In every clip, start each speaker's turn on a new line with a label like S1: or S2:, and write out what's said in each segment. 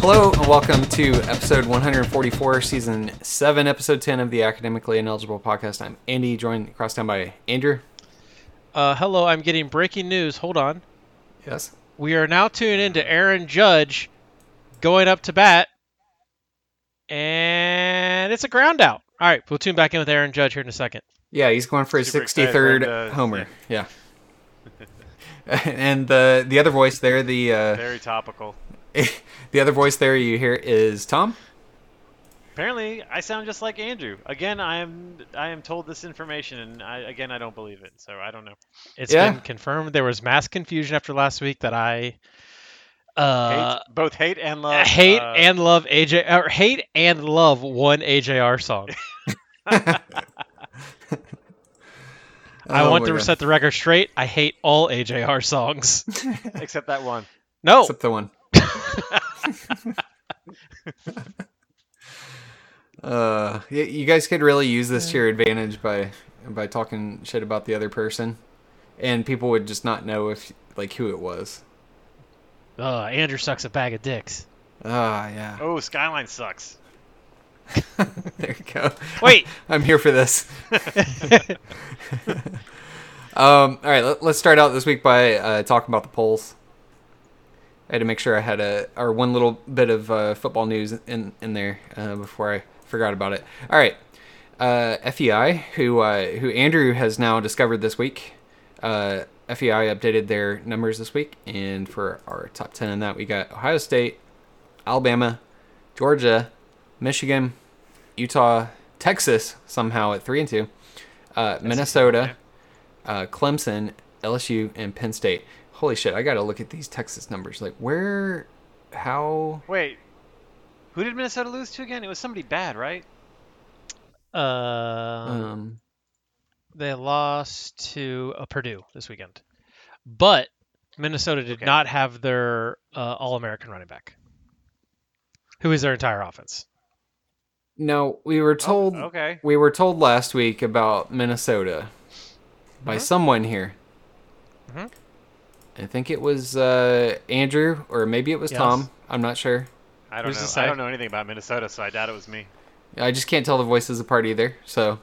S1: Hello and welcome to episode 144, season 7, episode 10 of the Academically Ineligible podcast. I'm Andy, joined across town by Andrew.
S2: Uh, hello, I'm getting breaking news. Hold on.
S1: Yes.
S2: We are now tuned in to Aaron Judge going up to bat. And it's a ground out. All right, we'll tune back in with Aaron Judge here in a second.
S1: Yeah, he's going for his
S3: Super
S1: 63rd
S3: excited, and, uh,
S1: homer. Yeah. and the the other voice there, the uh,
S3: Very topical.
S1: the other voice there you hear is Tom.
S3: Apparently, I sound just like Andrew. Again, I am I am told this information, and I, again, I don't believe it, so I don't know.
S2: It's
S1: Yeah.
S2: been confirmed there was mass confusion after last week that I
S3: Hate,
S2: uh,
S3: both hate and
S2: hate,
S3: love. uh,
S2: and love AJ or hate and love one AJR song. I
S1: Oh
S2: want
S1: my
S2: to
S1: God.
S2: set the record straight. I hate all AJR songs.
S3: except that one.
S2: No,
S1: Except the one. uh, y- you guys could really use this to your advantage by by talking shit about the other person, and people would just not know if like who it was.
S2: uh, Andrew sucks a bag of dicks.
S1: Ah, yeah.
S3: Oh, Skyline sucks.
S1: There you go.
S2: Wait,
S1: I'm here for this. um, all right, let, us start out this week by uh, talking about the polls. I had to make sure I had a or one little bit of uh, football news in in there uh, before I forgot about it. All right, uh, FEI, who uh, who Andrew has now discovered this week. Uh, FEI updated their numbers this week, and for our top ten in that, we got Ohio State, Alabama, Georgia, Michigan, Utah, Texas somehow at three and two, uh, Minnesota, uh, Clemson, LSU, and Penn State. Holy shit! I gotta look at these Texas numbers. Like where, how?
S3: Wait, who did Minnesota lose to again? It was somebody bad, right?
S2: uh,
S1: Um,
S2: they lost to uh, Purdue this weekend, but Minnesota did
S3: Okay.
S2: not have their uh, All-American running back, who is their entire offense.
S1: no, we were told
S3: Oh, Okay.
S1: we were told last week about Minnesota by
S2: Mm-hmm.
S1: someone here.
S2: Mhm.
S1: I think it was uh, Andrew, or maybe it was
S2: Yes.
S1: Tom. I'm not sure.
S3: I don't
S2: Who's to
S3: know.
S2: say?
S3: I don't know anything about Minnesota, so I doubt it was me.
S1: I just can't tell the voices apart either. So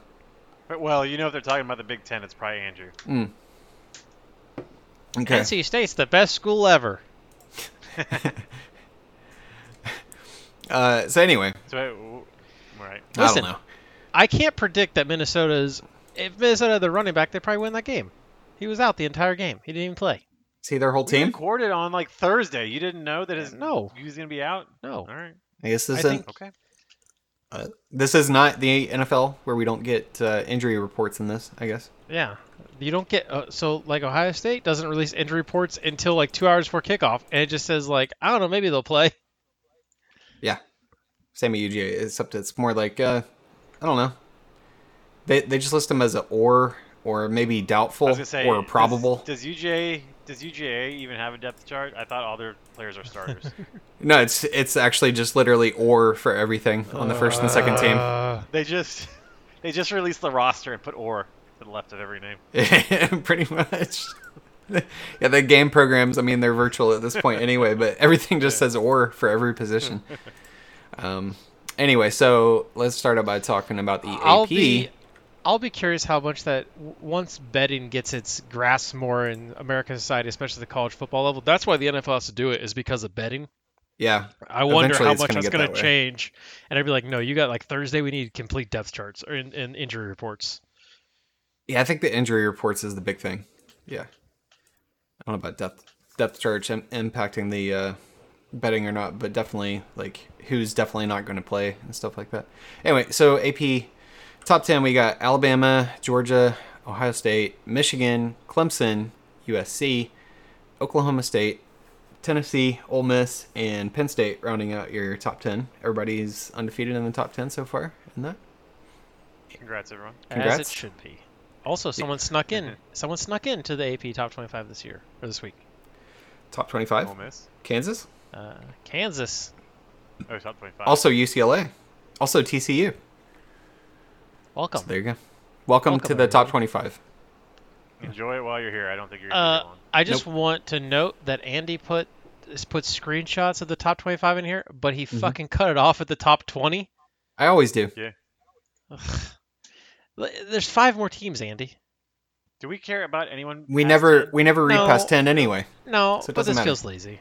S3: But well, you know, if they're talking about the Big Ten, it's probably Andrew.
S1: okay.
S2: NC State's the best school ever.
S1: Uh, so anyway,
S3: So, wait, w- right.
S2: Listen.
S1: I don't know.
S2: I can't predict that Minnesota's. If Minnesota had their running back, they probably win that game. He was out the entire game. He didn't even play.
S1: See their whole
S3: We
S1: team.
S3: recorded on like Thursday. You didn't know that his
S2: No.
S3: he was gonna be out.
S2: No.
S3: All right.
S1: I guess
S2: I
S1: this
S2: think-
S1: isn't.
S3: Okay.
S1: Uh, this is not the NFL where we don't get uh, injury reports in this. I guess.
S2: Yeah. You don't get uh, so like Ohio State doesn't release injury reports until like two hours before kickoff, and it just says like I don't know maybe they'll play.
S1: Yeah. Same at UGA, except it's more like uh, I don't know. They they just list them as a or or maybe
S3: I
S1: doubtful
S3: was gonna say,
S1: or
S3: does-
S1: probable.
S3: Does, UJ does UGA even have a depth chart? I thought all their players are starters.
S1: No, it's it's actually just literally or for everything on the first and second team.
S2: Uh,
S3: they just they just released the roster and put or to the left of every name.
S1: pretty much. yeah, the game programs, I mean, they're virtual at this point anyway, but everything just says or for every position. Um, anyway, so let's start out by talking about the
S2: I'll
S1: AP.
S2: be I'll be curious how much that w- once betting gets its grasp more in American society, especially the college football level. That's why the NFL has to do it is because of betting.
S1: Yeah.
S2: I wonder
S1: Eventually
S2: how
S1: it's
S2: much
S1: gonna
S2: that's
S1: get
S2: going
S1: that
S2: to
S1: way.
S2: change. And I'd be like, no, you got like Thursday. We need complete depth charts or in, in injury reports.
S1: Yeah, I think the injury reports is the big thing. Yeah. I don't know about depth depth charge im- impacting the uh, betting or not, but definitely like who's definitely not going to play and stuff like that. Anyway, so AP top 10 we got Alabama, Georgia, Ohio State, Michigan, Clemson, USC, Oklahoma State, Tennessee, Ole Miss, and Penn State rounding out your top 10. Everybody's undefeated in the top 10 so far in that.
S3: Congrats, everyone.
S2: As it
S1: Congrats.
S2: should be. Mm-hmm. Also, someone snuck in. Someone snuck in to the AP top 25 this year or this week.
S1: Top 25.
S3: Ole Miss.
S1: Kansas?
S2: Uh, Kansas.
S3: Oh, top twenty-five.
S1: Also UCLA. Also TCU.
S2: Welcome.
S1: There you go. Welcome,
S2: Welcome,
S1: to the top
S2: everybody.
S1: 25.
S3: Enjoy it while you're here. I don't think you're gonna
S2: Uh,
S3: be long.
S2: I just want to note that Andy put s- put screenshots of the top 25 in here, but he
S1: Mm-hmm.
S2: fucking cut it off at the top 20.
S1: I always do.
S2: Ugh. L- There's five more teams, Andy.
S3: Do we care about anyone?
S1: We
S3: past
S1: never
S3: 10?
S1: we never read
S2: No.
S1: past ten anyway.
S2: No,
S1: So it
S2: but
S1: doesn't
S2: this
S1: matter.
S2: feels lazy.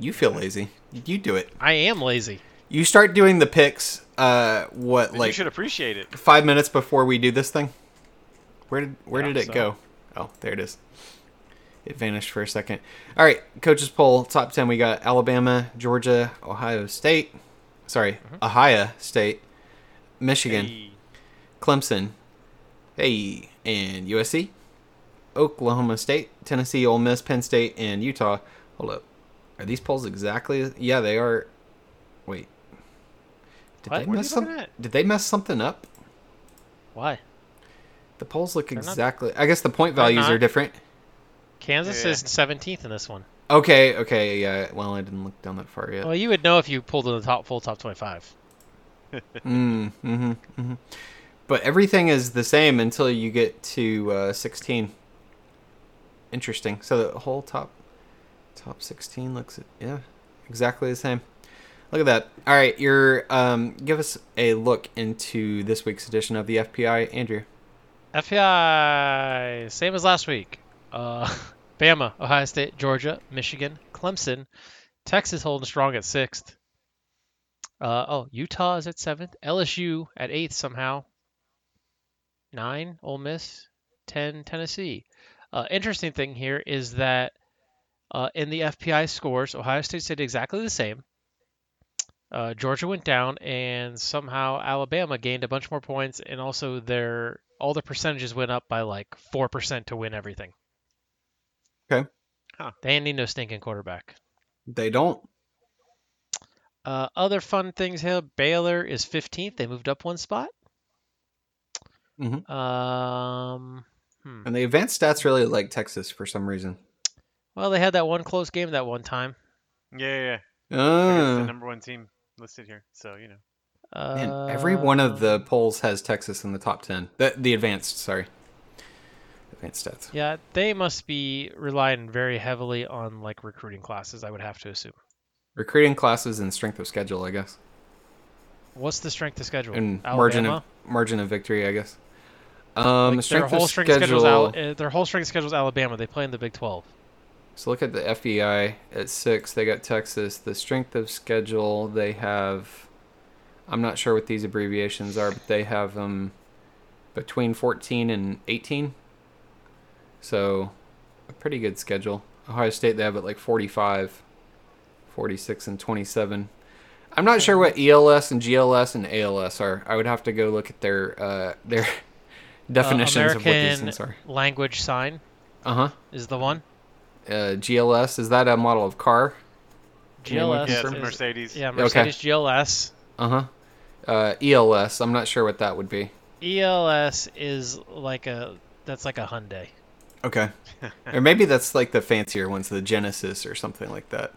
S1: You feel lazy. You do it.
S2: I am lazy.
S1: You start doing the picks. Uh, what
S3: Then you
S1: like
S3: should appreciate it.
S1: five minutes before we do this thing? Where did where
S3: Yeah,
S1: did it
S3: so-
S1: go? Oh, there it is. It vanished for a second. All right, coaches poll top ten. We got Alabama, Georgia, Ohio State. Sorry, Ohio State, Michigan,
S3: Mm-hmm. Hey,
S1: Clemson, hey, and USC, Oklahoma State, Tennessee, Ole Miss, Penn State, and Utah. Hold up, are these polls exactly? Yeah, they are. Wait, did
S2: What?
S1: they
S3: What are
S1: mess
S3: you
S1: some-
S3: looking at?
S1: Did they mess something up?
S2: Why?
S1: The polls look
S2: not-
S1: exactly. I guess the point values
S2: not.
S1: are different.
S2: Kansas
S3: Yeah.
S2: is 17th in this one.
S1: Okay, okay, yeah. Well, I didn't look down that far yet.
S2: Well, you would know if you pulled in the top full top 25.
S1: Mm, hmm hmm But everything is the same until you get to uh, 16. Interesting. So the whole top top 16 looks yeah exactly the same. Look at that. All right, you're um, give us a look into this week's edition of the FPI, Andrew.
S2: FPI, same as last week. Uh, Bama, Ohio State, Georgia, Michigan, Clemson, Texas holding strong at sixth. Uh, oh, Utah is at seventh. LSU at eighth somehow. Nine, Ole Miss. Ten, Tennessee. Uh, interesting thing here is that uh, in the FPI scores, Ohio State stayed exactly the same. Uh, Georgia went down, and somehow Alabama gained a bunch more points, and also their all the percentages went up by like four percent to win everything.
S1: Okay.
S3: Huh.
S2: They ain't need no stinking quarterback.
S1: They don't.
S2: Uh, other fun things here: Baylor is 15th. They moved up one spot.
S1: Mhm.
S2: Um,
S1: And the advanced stats really like Texas for some reason.
S2: well, they had that one close game that one time.
S3: Yeah, yeah. yeah. They're the
S1: Uh,
S3: number one team listed here, so you know.
S2: Uh,
S1: man, every one of the polls has Texas in the top 10. The, the advanced, sorry. Advanced stats.
S2: Yeah, they must be relying very heavily on like recruiting classes. I would have to assume.
S1: Recruiting classes and strength of schedule, I guess.
S2: What's the strength of schedule?
S1: And
S2: Alabama.
S1: margin of margin of victory, I guess. Um,
S2: Like, their
S1: strength
S2: whole
S1: of
S2: strength
S1: schedule.
S2: schedule's Al- uh, their whole strength schedule's Alabama. They play in the Big 12.
S1: So look at the FEI at six. They got Texas. The strength of schedule they have. I'm not sure what these abbreviations are, but they have um between 14 and 18. So a pretty good schedule. Ohio State they have it like 45, 46, and 27. I'm not sure what ELS and GLS and ALS are. I would have to go look at their uh, their definitions of what these
S2: American-
S1: things are.
S2: Language sign
S1: Uh huh.
S2: is the one.
S1: Uh, GLS is that a model of car? Anyone
S2: GLS.
S3: Yeah, it's
S1: confirm?
S2: is-
S3: Mercedes.
S2: yeah, Mercedes GLS.
S1: Uh-huh. Uh ELS. I'm not sure what that would be.
S2: ELS E is like a that's like a Hyundai.
S1: Okay. or maybe that's like the fancier ones, the Genesis or something like that.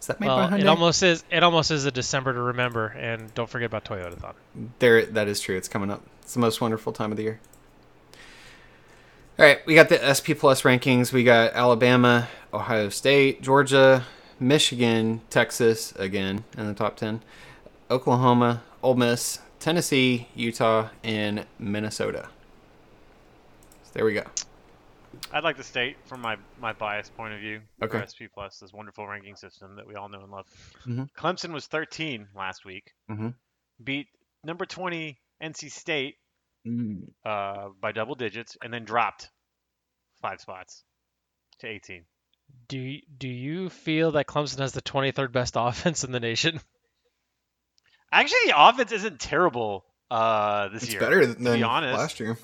S1: Is that made
S2: Well,
S1: by Hyundai?
S2: it almost is it almost is a December to remember, and don't forget about Toyotathon.
S1: There, that is true. It's coming up. It's the most wonderful time of the year. All right, we got the SP Plus rankings. We got Alabama, Ohio State, Georgia, Michigan, Texas again in the top ten, Oklahoma, Ole Miss, Tennessee, Utah, and Minnesota. So there we go.
S3: I'd like to state, from my my biased point of view, for
S1: Okay.
S3: SP Plus, this wonderful ranking system that we all know and love.
S1: Mhm.
S3: Clemson was 13 last week,
S1: Mhm.
S3: beat number 20 NC State
S1: Mm,
S3: uh, by double digits, and then dropped five spots to 18.
S2: Do y- do you feel that Clemson has the 23rd best offense in the nation?
S3: Actually, the offense isn't terrible uh, this
S1: It's
S3: year.
S1: better
S3: to
S1: than
S3: be honest.
S1: last year, which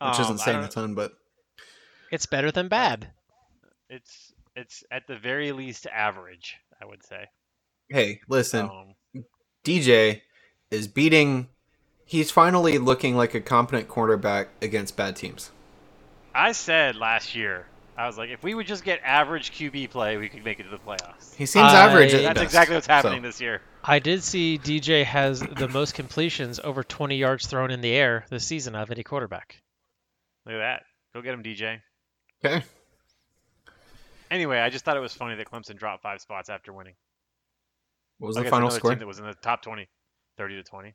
S3: Um,
S1: isn't
S3: I
S1: saying
S3: don't-
S1: a ton, but
S2: It's better than bad.
S3: It's it's at the very least average, I would say.
S1: hey, listen,
S3: Um,
S1: DJ is beating. He's finally looking like a competent quarterback against bad teams.
S3: I said last year, I was like, if we would just get average QB play, we could make it to the playoffs.
S1: He seems
S2: I-
S1: average. At
S3: That's
S1: best.
S3: exactly what's
S1: So,
S3: happening this year.
S2: I did see DJ has the most completions over 20 yards thrown in the air this season out of any quarterback.
S3: Look at that. Go get him, DJ.
S1: okay.
S3: Anyway, I just thought it was funny that Clemson dropped five spots after winning.
S1: What was
S3: I
S1: the
S3: guess
S1: final
S3: another
S1: score?
S3: team that was in the top 20, 30 to 20.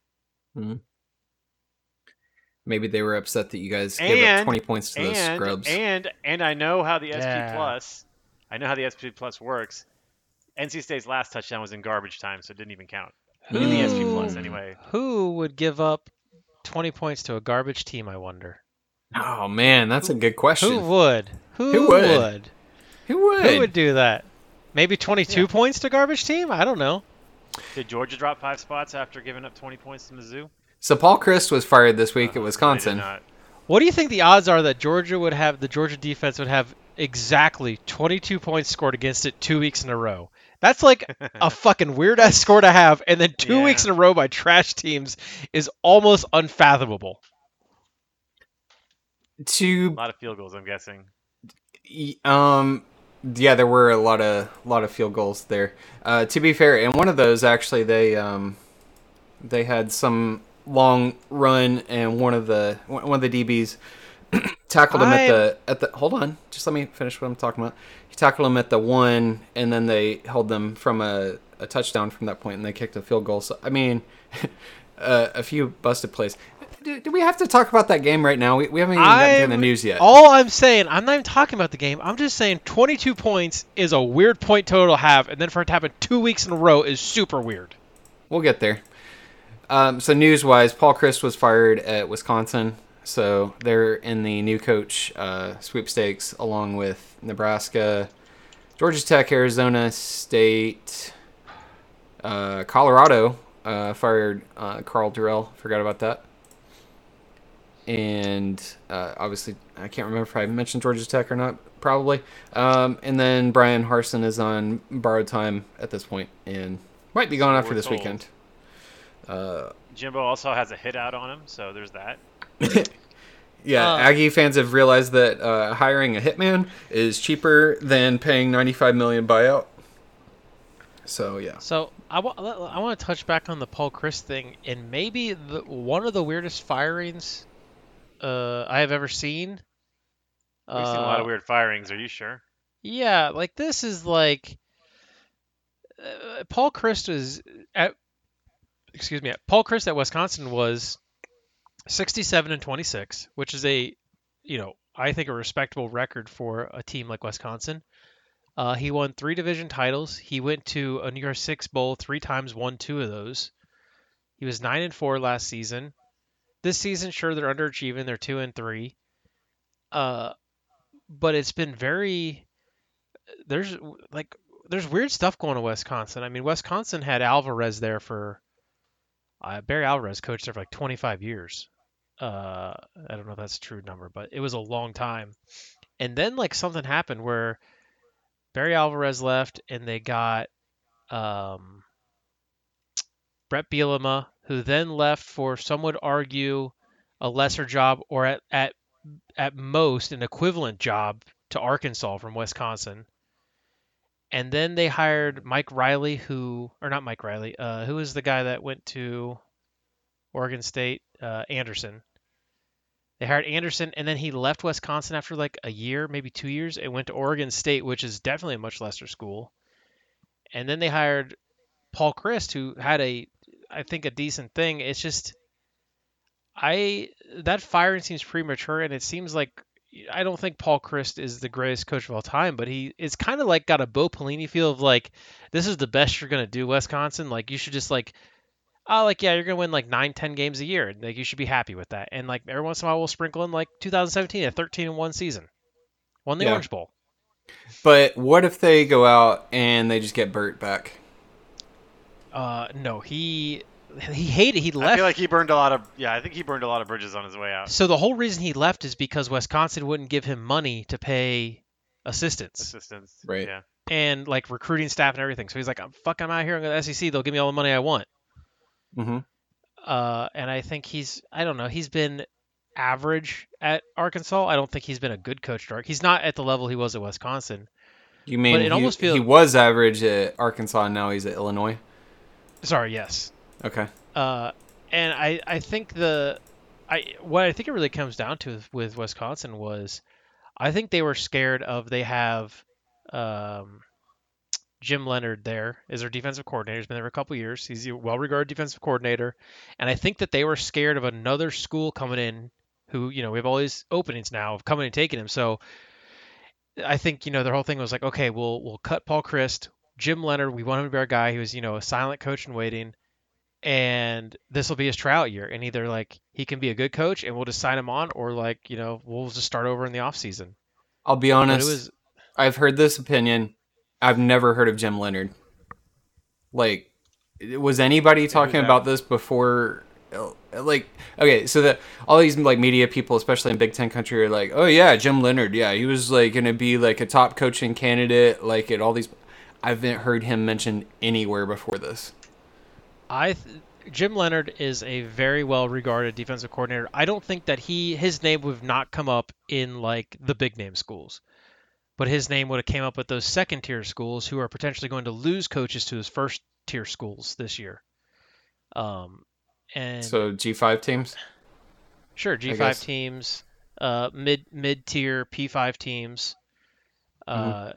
S1: Maybe they were upset that you guys gave up
S3: And-
S1: 20 points to those
S3: and
S1: scrubs.
S3: and and I know how the SP
S2: Yeah.
S3: plus, I know how the SP plus works. NC State's last touchdown was in garbage time, so it didn't even count.
S1: In
S3: In the E SP
S2: Who-
S3: plus, anyway.
S2: Who would give up 20 points to a garbage team, I wonder?
S1: oh, man, that's a good question.
S2: Who
S1: Who,
S2: would? Who,
S1: Who would?
S2: would?
S1: would?
S2: Who would do that? Maybe 22 points to garbage team? I don't know.
S3: Did Georgia drop five spots after giving up 20 points to Mizzou?
S1: So Paul Christ was fired this week at
S3: Uh, They did
S1: Wisconsin.
S3: not.
S2: What do you think the odds are that Georgia would have the Georgia defense would have exactly 22 points scored against it two weeks in a row? That's like a fucking weird ass score to have, and then two
S3: Yeah.
S2: weeks in a row by trash teams is almost unfathomable.
S1: To
S3: A lot of field goals, I'm guessing.
S1: um yeah there were a lot of lot of field goals there uh to be fair and one of those actually they um they had some long run and one of the one of the dbs tackled him at
S2: I-
S1: the at the hold on just let me finish what i'm talking about he tackled him at the one and then they held them from a, a touchdown from that point and they kicked a field goal so i mean uh, a few busted plays do, do we have to talk about that game right now we, we haven't even gotten to
S2: I'm-
S1: the news yet
S2: All I'm saying, I'm not even talking about the game. I'm just saying 22 points is a weird point total to have, and then for it to happen two weeks in a row is super weird.
S1: we'll get there. Um, so news wise, Paul Chris was fired at Wisconsin, so they're in the new coach uh, sweepstakes along with Nebraska, Georgia Tech, Arizona State, uh, Colorado uh, fired uh, Carl Durrell. Forgot about that. And uh, obviously, I can't remember if I mentioned Georgia Tech or not. Probably. Um, and then Brian Harson is on borrowed time at this point and might be gone
S3: So
S1: after
S3: we're
S1: this
S3: told.
S1: weekend. Uh,
S3: Jimbo also has a hit out on him, so there's that.
S1: yeah,
S2: Uh.
S1: Aggie fans have realized that uh, hiring a hitman is cheaper than paying 95 million buyout. So yeah,
S2: So I want to touch back on the Paul Chris thing, and maybe the, one of the weirdest firings uh, I have ever seen.
S3: We've seen a lot
S2: Uh,
S3: of weird firings. Are you sure?
S2: Yeah, like this is like uh, Paul Christ was at excuse me, Paul Christ at Wisconsin was 67 and 26, which is a you know, I think a respectable record for a team like Wisconsin. Uh, he won three division titles. He went to a New York Six Bowl three times, won two of those. He was nine and four last season. This season, sure they're underachieving. They're two and three. Uh, but it's been very there's like there's weird stuff going to Wisconsin. I mean, Wisconsin had Alvarez there for uh, Barry Alvarez coached there for like 25 years. Uh, I don't know if that's a true number, but it was a long time. And then like something happened where Barry Alvarez left, and they got um, Brett Bielema, who then left for some would argue a lesser job or at at at most an equivalent job to Arkansas from Wisconsin and then they hired Mike Riley, who or not Mike Riley, uh, who is the guy that went to Oregon State, uh, Anderson. They hired Anderson, and then he left Wisconsin after like a year, maybe two years, and went to Oregon State, which is definitely a much lesser school. And then they hired Paul Christ, who had a, I think, a decent thing. It's just, I that firing seems premature, and it seems like I don't think Paul Christ is the greatest coach of all time, but he it's kind of like got a Bo Pelini feel of like this is the best you're gonna do, Wisconsin. Like you should just like, oh, like yeah, you're gonna win like nine, ten games a year. Like you should be happy with that. And like every once in a while, we'll sprinkle in like 2017, a 13 and one season, won the
S1: Yeah.
S2: Orange Bowl.
S1: but what if they go out and they just get Burt back?
S2: Uh, no, he he hated. He
S3: I
S2: left.
S3: feel like he burned a lot of. Yeah, I think he burned a lot of bridges on his way out.
S2: So the whole reason he left is because Wisconsin wouldn't give him money to pay assistants.
S3: Assistance.
S1: Right.
S3: Yeah.
S2: and like recruiting staff and everything. So he's like, I'm fuck, I'm out here. I'm going to the SEC. They'll give me all the money I want.
S1: Mm-hmm.
S2: Uh, and I think he's, I don't know, he's been average at Arkansas. I don't think he's been a good coach. Dark. He's not at the level he was at Wisconsin.
S1: You mean
S2: it
S1: he,
S2: almost feel-
S1: he was average at Arkansas, and now he's at Illinois?
S2: Sorry, yes.
S1: Okay.
S2: Uh, and I, I think the, I what I think it really comes down to with Wisconsin was, I think they were scared of they have um, Jim Leonard there is their defensive coordinator. He's been there for a couple years. He's a well-regarded defensive coordinator, and I think that they were scared of another school coming in, who you know we have all these openings now of coming and taking him. So I think you know their whole thing was like, okay, we'll we'll cut Paul Christ, Jim Leonard. We want him to be our guy. He was you know a silent coach in waiting, and this will be his tryout year. And either like he can be a good coach, and we'll just sign him on, or like you know we'll just start over in the off season.
S1: I'll be
S2: But it
S1: honest.
S2: was
S1: I've heard this opinion. I've never heard of Jim Leonard. Like, was anybody talking
S3: that?
S1: about this before? Like, okay, so that all these like media people, especially in Big Ten country, are like, oh yeah, Jim Leonard, yeah, he was like gonna be like a top coaching candidate, like at all these. I haven't heard him mentioned anywhere before this.
S2: I th- Jim Leonard is a very well regarded defensive coordinator. I don't think that he his name would have not come up in like the big name schools. But his name would have came up with those second tier schools who are potentially going to lose coaches to his first tier schools this year. Um and
S1: So G five teams.
S2: sure, G five
S1: guess.
S2: teams, uh mid mid tier P five teams. Uh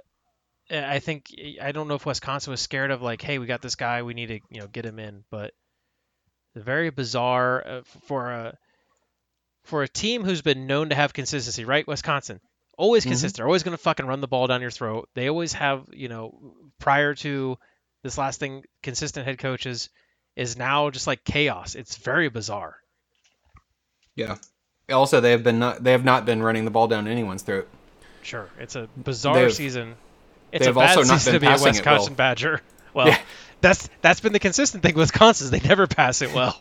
S2: I think I don't know if Wisconsin was scared of like, hey, we got this guy, we need to you know get him in, but very bizarre uh, f- for a for a team who's been known to have consistency, right? Wisconsin always
S1: Mhm.
S2: consistent, always going to fucking run the ball down your throat. They always have, you know, prior to this last thing, consistent head coaches is now just like chaos. It's very bizarre.
S1: Yeah. Also, they have been not they have not been running the ball down anyone's throat.
S2: Sure, it's a bizarre
S1: They've-
S2: season. It's a
S1: they've
S2: bad
S1: also not
S2: season
S1: been
S2: to be a
S1: passing it well.
S2: Wisconsin Badger. Well,
S1: Yeah.
S2: that's that's been the consistent thing with Wisconsin. is They never pass it well.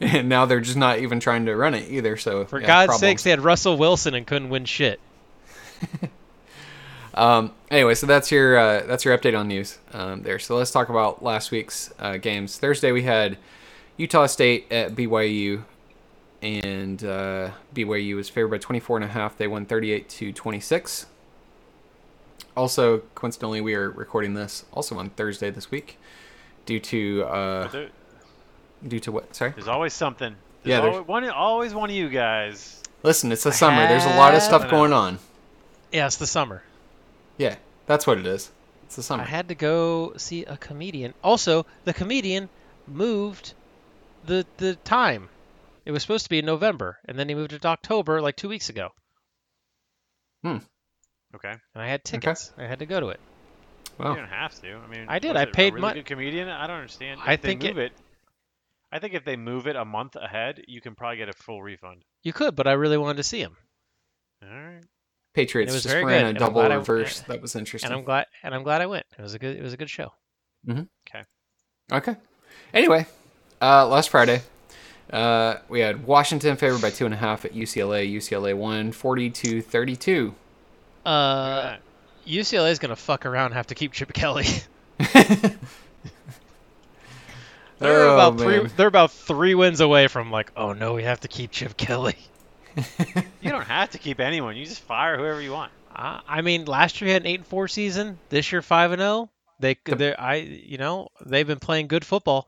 S1: and now they're just not even trying to run it either. So
S2: For
S1: yeah,
S2: God's
S1: problems.
S2: sakes, they had Russell Wilson and couldn't win shit.
S1: Um, anyway, so that's your uh, that's your update on news um, there. So let's talk about last week's uh, games. Thursday we had Utah State at BYU, and uh, BYU was favored by 24 and a half. They won 38 to 26. Also, coincidentally, we are recording this also on Thursday this week, due to uh,
S3: But there-
S1: due to what? Sorry.
S3: there's always something.
S1: Yeah,
S3: There's
S1: there's-
S3: always one, always one of you guys.
S1: Listen, it's the summer. There's a lot of stuff going on.
S2: Yeah, it's the summer.
S1: Yeah, that's what it is. It's the
S2: I
S1: summer.
S2: had to go see a comedian. Also, the comedian moved the the time. It was supposed to be in November, and then he moved it to October like two weeks ago.
S3: Okay,
S2: And I had tickets. I had to go to it.
S1: Wow.
S3: you don't have to. I mean,
S2: I did,
S3: was
S2: I
S3: it a
S2: paid
S3: really
S2: mon-
S3: Good comedian. I don't understand. If
S2: I
S3: they
S2: think it-
S3: move it. I think if they move it a month ahead, you can probably get a full refund.
S2: You could, but I really wanted to see him.
S3: All right.
S1: Patriots
S2: It was
S1: just
S2: very
S1: ran
S2: good,
S1: a
S2: and I'm
S1: double
S2: glad I-
S1: reverse. that was interesting.
S2: And I'm glad and I'm glad I went. It was a good it was a good show.
S1: Okay. Anyway, uh, last Friday, uh, we had Washington favored by two and a half at UCLA. UCLA won 42 32.
S2: Uh
S3: Alright.
S2: UCLA's gonna fuck around and have to keep Chip Kelly. they're
S1: Oh,
S2: about three
S1: man.
S2: they're about three wins away from like, oh no, we have to keep Chip Kelly.
S3: you don't have to keep anyone. You just fire whoever you want.
S2: I I mean, last year we had an eight and four season. This year five and zero. They, they, I, you know, they've been playing good football.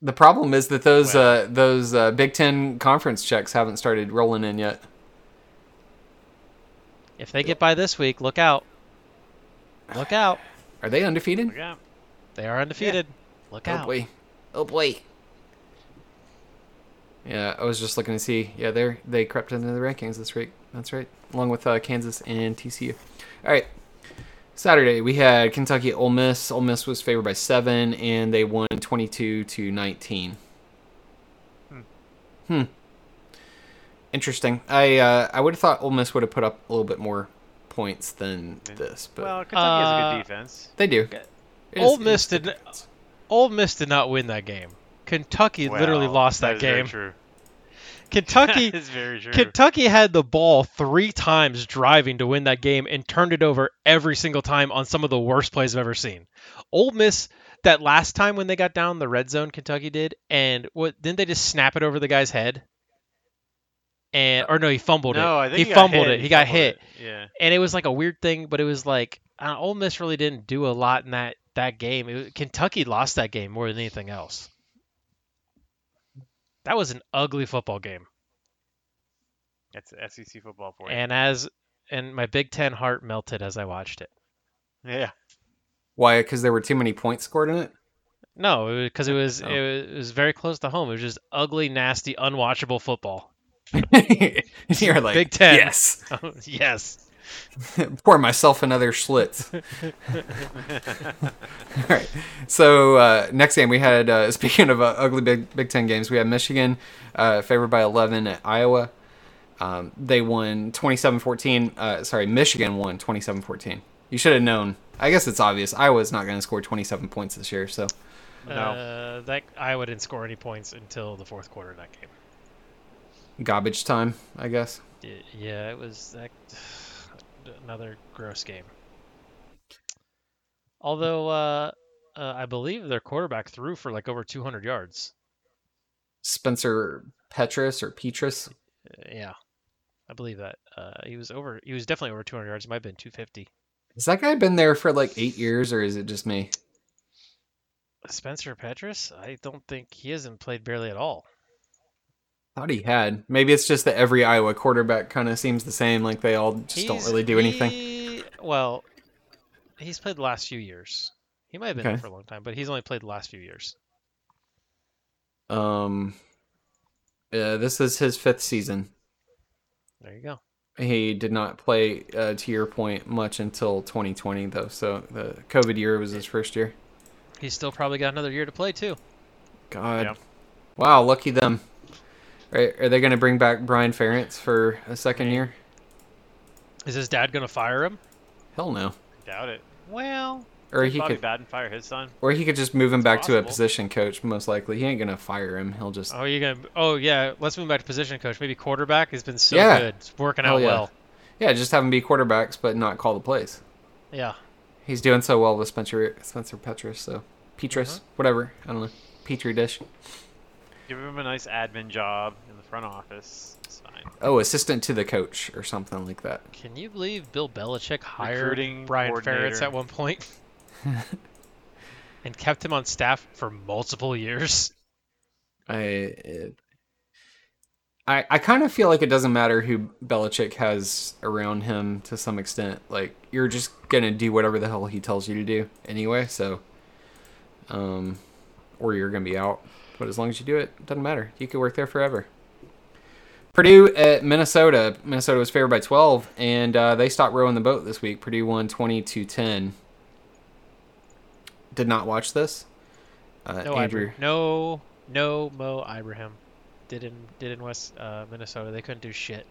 S1: The problem is that those uh, those uh, Big Ten conference checks haven't started rolling in yet.
S2: If they get by this week, look out! Look out!
S1: Are they undefeated?
S3: Look out.
S2: They are undefeated. Look
S1: Oh
S2: out!
S1: boy. Oh boy. Yeah, I was just looking to see. Yeah, they are they crept into the rankings this week. That's right, along with uh, Kansas and TCU. All right. Saturday we had Kentucky at Ole Miss. Ole Miss was favored by seven, and they won twenty-two to nineteen. Hmm. Interesting. I uh, I would have thought Ole Miss would have put up a little bit more points than this, but
S3: Well, Kentucky has a
S2: Uh,
S3: good defense.
S1: they do. It
S2: Ole
S1: it
S2: Miss
S1: the
S2: didn't-
S1: defense.
S2: Ole Miss did not win that game. Kentucky literally
S3: Well,
S2: lost
S3: that
S2: that
S3: is very
S2: game.
S3: True.
S2: Kentucky
S3: that is very true.
S2: Kentucky had the ball three times driving to win that game and turned it over every single time on some of the worst plays I've ever seen. Ole Miss that last time when they got down the red zone, Kentucky did, and what didn't they just snap it over the guy's head? And or no, he fumbled
S3: no,
S2: it.
S3: I think
S2: he,
S3: he, got
S2: fumbled
S3: hit.
S2: it. He, got
S3: fumbled
S2: hit,
S3: it. Yeah.
S2: and it was like a weird thing, but it was like I don't know, Ole Miss really didn't do a lot in that that game. It was, Kentucky lost that game more than anything else. That was an ugly football game.
S3: That's SEC football for you.
S2: and as and my Big Ten heart melted as I watched it.
S3: Yeah.
S1: Why? Because there were too many points scored in it.
S2: No, because it was,
S1: Oh.
S2: it was it was very close to home. It was just ugly, nasty, unwatchable football.
S1: You're like
S2: Big Ten.
S1: Yes,
S2: Oh, yes.
S1: pour myself another Schlitz. All right. So uh, next game we had, uh, speaking of uh, ugly Big Big Ten games, we had Michigan uh, favored by 11 at Iowa. Um, they won 27-14. Uh, sorry, Michigan won 27-14. You should have known. I guess it's obvious. Iowa's not going to score 27 points this year. So
S3: No.
S2: Uh, that Iowa didn't score any points until the fourth quarter of that game.
S1: garbage time, I guess.
S2: Y- Yeah, it was that another gross game. Although uh, uh, I believe their quarterback threw for like over 200 yards.
S1: Spencer Petrus or Petrus.
S2: Uh, Yeah, I believe that uh, he was over. He was definitely over 200 yards. He might have been 250.
S1: Has that guy been there for like eight years, or is it just me?
S2: Spencer Petrus, I don't think he hasn't played barely at all.
S1: Thought he had. Maybe it's just that every Iowa quarterback kind of seems the same. Like they all just don't
S2: He's-
S1: really do anything.
S2: he- well, he's played the last few years. He might have been there
S1: Okay.
S2: for a long time, but he's only played the last few years.
S1: Um, uh, this is his fifth season.
S2: There you go.
S1: He did not play, uh, to your point, much until 2020, though. So the COVID year was his first year.
S2: He's still probably got another year to play too.
S1: God,
S3: Yeah.
S1: wow, lucky them. Are, are they going to bring back Brian Ferentz for a second year?
S2: Is his dad gonna fire him?
S1: Hell no.
S3: Doubt it.
S2: Well,
S1: Or
S3: Does
S1: he
S3: Bobby
S1: could,
S3: Bowden fire his son?
S1: or he could just move him back to a
S3: possible. Uh,
S1: position coach. Most likely, he ain't going to fire him. He'll just
S2: oh, you're gonna. Oh yeah, let's move back to position coach. Maybe quarterback has been so
S1: Yeah.
S2: good, it's working
S1: Hell
S2: out
S1: yeah.
S2: well.
S1: yeah, just have him be quarterbacks, but not call the plays.
S2: Yeah.
S1: He's doing so well with Spencer Spencer Petrus, so Petrus, whatever. I don't know. Petri dish.
S3: Give him a nice admin job in the front office. It's fine.
S1: Oh, assistant to the coach or something like that.
S2: Can you believe Bill Belichick hired
S3: Recruiting
S2: Brian Ferentz
S3: coordinator.
S2: at one point and kept him on staff for multiple years?
S1: I it, I I kind of feel like it doesn't matter who Belichick has around him to some extent. Like you're just gonna do whatever the hell he tells you to do anyway. So, um, or you're gonna be out. But as long as you do it, doesn't matter. You could work there forever. Purdue at Minnesota. Minnesota was favored by 12, and uh, they stopped rowing the boat this week. Purdue won 20 to 10. Did not watch this. Uh,
S2: No,
S1: Andrew.
S2: Ibra- no, no, Mo Ibrahim did in did in West uh, Minnesota. They couldn't do shit.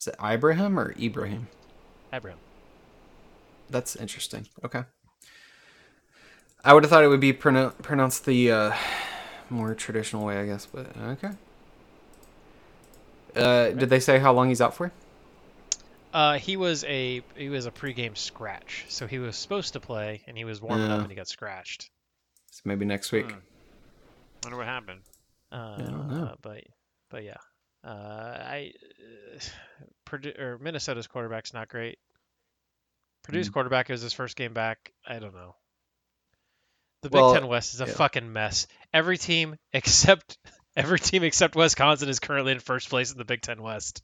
S1: Is it Ibrahim or Ibrahim?
S2: Ibrahim.
S1: That's interesting. Okay. I would have thought it would be pronou- pronounced the uh, more traditional way, I guess, but okay. Uh, did they say how long he's out for?
S2: Uh, he was a he was a pregame scratch, so he was supposed to play, and he was warming
S1: Yeah.
S2: up and he got scratched.
S1: So maybe next week.
S3: Hmm. Wonder what happened.
S2: Uh,
S1: don't know.
S2: But but yeah, uh, I uh, Purdue or Minnesota's quarterback's not great.
S1: Mm.
S2: Purdue's quarterback it was his first game back. I don't know. The Big
S1: Well,
S2: Ten West is a
S1: yeah.
S2: fucking mess. Every team except every team except Wisconsin is currently in first place in the Big Ten West.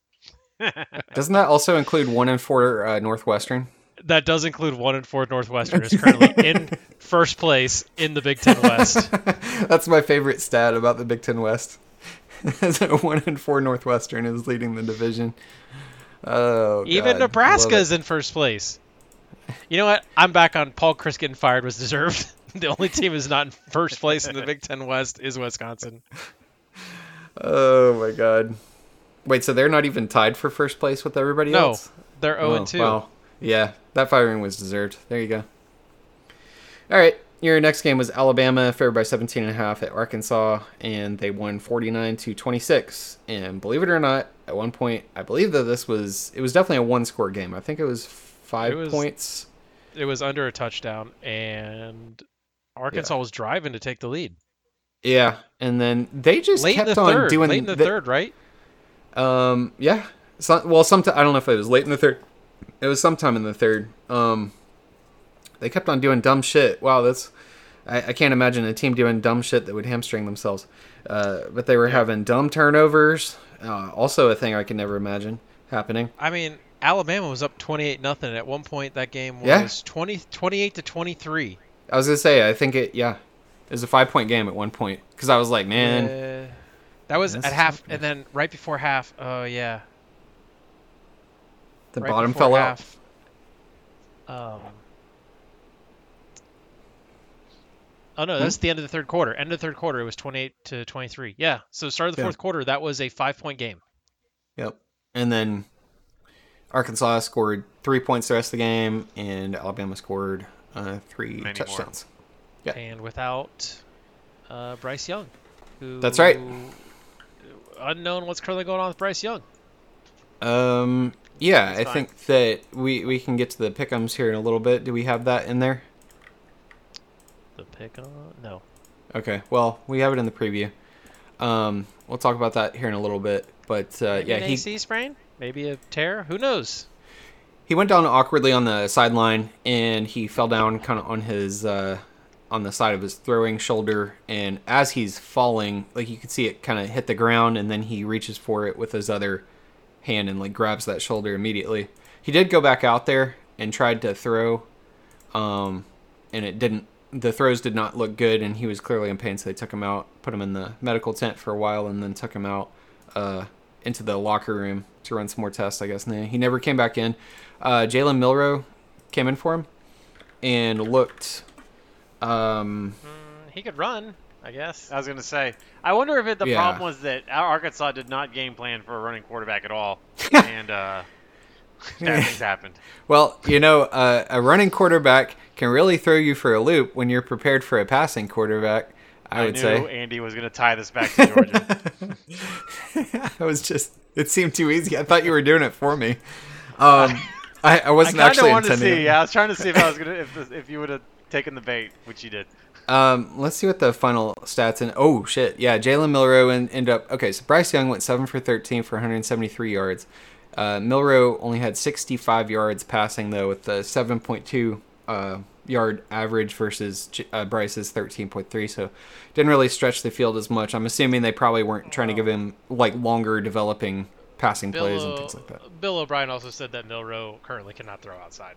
S1: Doesn't that also include one and four uh, Northwestern?
S2: That does include one and four Northwestern is currently in first place in the Big Ten West.
S1: That's my favorite stat about the Big Ten West. So one and four Northwestern is leading the division. Oh,
S2: Even
S1: God.
S2: Nebraska
S1: Love it.
S2: is in first place. You know what? I'm back on Paul Chris getting fired was deserved. the only team is not in first place in the Big Ten West is Wisconsin.
S1: Oh my God. Wait, so they're not even tied for first place with everybody
S2: No.
S1: else?
S2: They're 0 and 2.
S1: Oh, Wow. Yeah, that firing was deserved. There you go. All right. Your next game was Alabama, favored by 17 and a half at Arkansas, and they won 49 to 26. And believe it or not, at one point, I believe that this was it was definitely a one score game. I think it was five
S2: It was-
S1: points.
S2: It was under a touchdown, and Arkansas was driving to take the lead.
S1: Yeah, and then they just
S2: Late in
S1: kept
S2: the
S1: on
S2: third.
S1: doing
S2: Late in the,
S1: the-
S2: third, right?
S1: Um, yeah. So, well, sometime I don't know if it was late in the third. It was sometime in the third. Um, they kept on doing dumb shit. Wow, that's I, I can't imagine a team doing dumb shit that would hamstring themselves. Uh, but they were having dumb turnovers. Uh, also, a thing I can never imagine happening.
S2: I mean, Alabama was up 28 nothing. At one point, that game was
S1: Yeah.
S2: 20, 28 to 23.
S1: I was gonna say, I think it, yeah, it was a five point game at one point because I was like, man,
S2: Uh, that was
S1: That's
S2: at
S1: a
S2: half,
S1: tough one.
S2: and then right before half. Oh yeah,
S1: the
S2: right
S1: bottom
S2: before
S1: fell out.
S2: half, Um. Oh no,
S1: Hmm?
S2: that's the end of the third quarter. End of the third quarter, it was 28 to 23. Yeah. So start of the
S1: Yeah.
S2: fourth quarter, that was a five point game.
S1: Yep. And then Arkansas scored three points the rest of the game, and Alabama scored uh, three
S3: Many more.
S1: touchdowns. Yeah.
S2: and without uh, Bryce Young, who
S1: That's right.
S2: unknown what's currently going on with Bryce Young.
S1: Um, yeah,
S3: It's
S1: I
S3: fine.
S1: think that we we can get to the pickums here in a little bit. Do we have that in there?
S2: The pick on no,
S1: Okay. Well, we have it in the preview. Um, we'll talk about that here in a little bit. But uh,
S2: Maybe
S1: yeah,
S2: an
S1: he
S2: AC sprain, maybe a tear. Who knows?
S1: he went down awkwardly on the sideline and he fell down kind of on his uh, on the side of his throwing shoulder and as he's falling like you can see it kind of hit the ground and then he reaches for it with his other hand and like grabs that shoulder immediately he did go back out there and tried to throw um, and it didn't the throws did not look good and he was clearly in pain so they took him out put him in the medical tent for a while and then took him out uh, into the locker room to run some more tests i guess and then he never came back in uh, jalen milrow came in for him and looked um,
S2: Mm, He could run, I guess.
S3: I was gonna say. I wonder if it, the
S1: Yeah.
S3: problem was that our Arkansas did not game plan for a running quarterback at all, and uh, bad things happened.
S1: well you know uh, a running quarterback can really throw you for a loop when you're prepared for a passing quarterback i,
S3: I,
S1: would
S3: knew
S1: say
S3: Andy was gonna tie this back to Georgia.
S1: I was just it seemed too easy. I thought you were doing it for me. Um, I, I
S3: I
S1: wasn't
S3: kind of
S1: actually
S3: wanted to
S1: intending.
S3: see.
S1: it.
S3: I was trying to see if I was gonna if this, if you would have taken the bait, which you did.
S1: Um, let's see what the final stats and oh shit, yeah, Jalen Milrow en- ended up okay. So Bryce Young went seven for thirteen for 173 yards. Uh, Milrow only had 65 yards passing though, with the 7.2 uh, yard average versus J- uh, Bryce's 13.3. So didn't really stretch the field as much. I'm assuming they probably weren't trying to give him like longer developing passing
S2: Bill,
S1: plays and things like that.
S2: Bill O'Brien also said that Milrow currently cannot throw outside.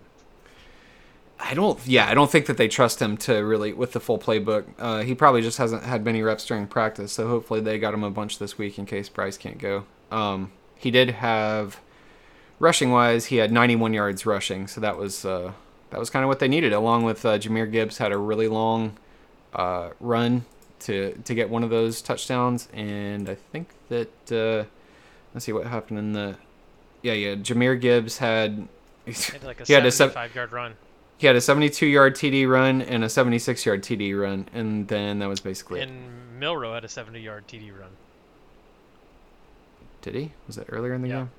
S1: I don't. Yeah, I don't think that they trust him to really with the full playbook. Uh, he probably just hasn't had many reps during practice, so hopefully they got him a bunch this week in case Bryce can't go. Um, he did have rushing wise, he had 91 yards rushing, so that was uh, that was kind of what they needed. Along with uh, Jameer Gibbs had a really long uh, run to to get one of those touchdowns, and I think that uh, let's see what happened in the yeah yeah Jameer Gibbs had.
S2: He had like a
S1: He had a sev-
S2: 75 yard run.
S1: He had a 72 yard TD run and a 76 yard TD run, and then that was basically it.
S2: And Milrow had a 70 yard TD run.
S1: Did he? Was that earlier in the
S2: Yeah.
S1: game?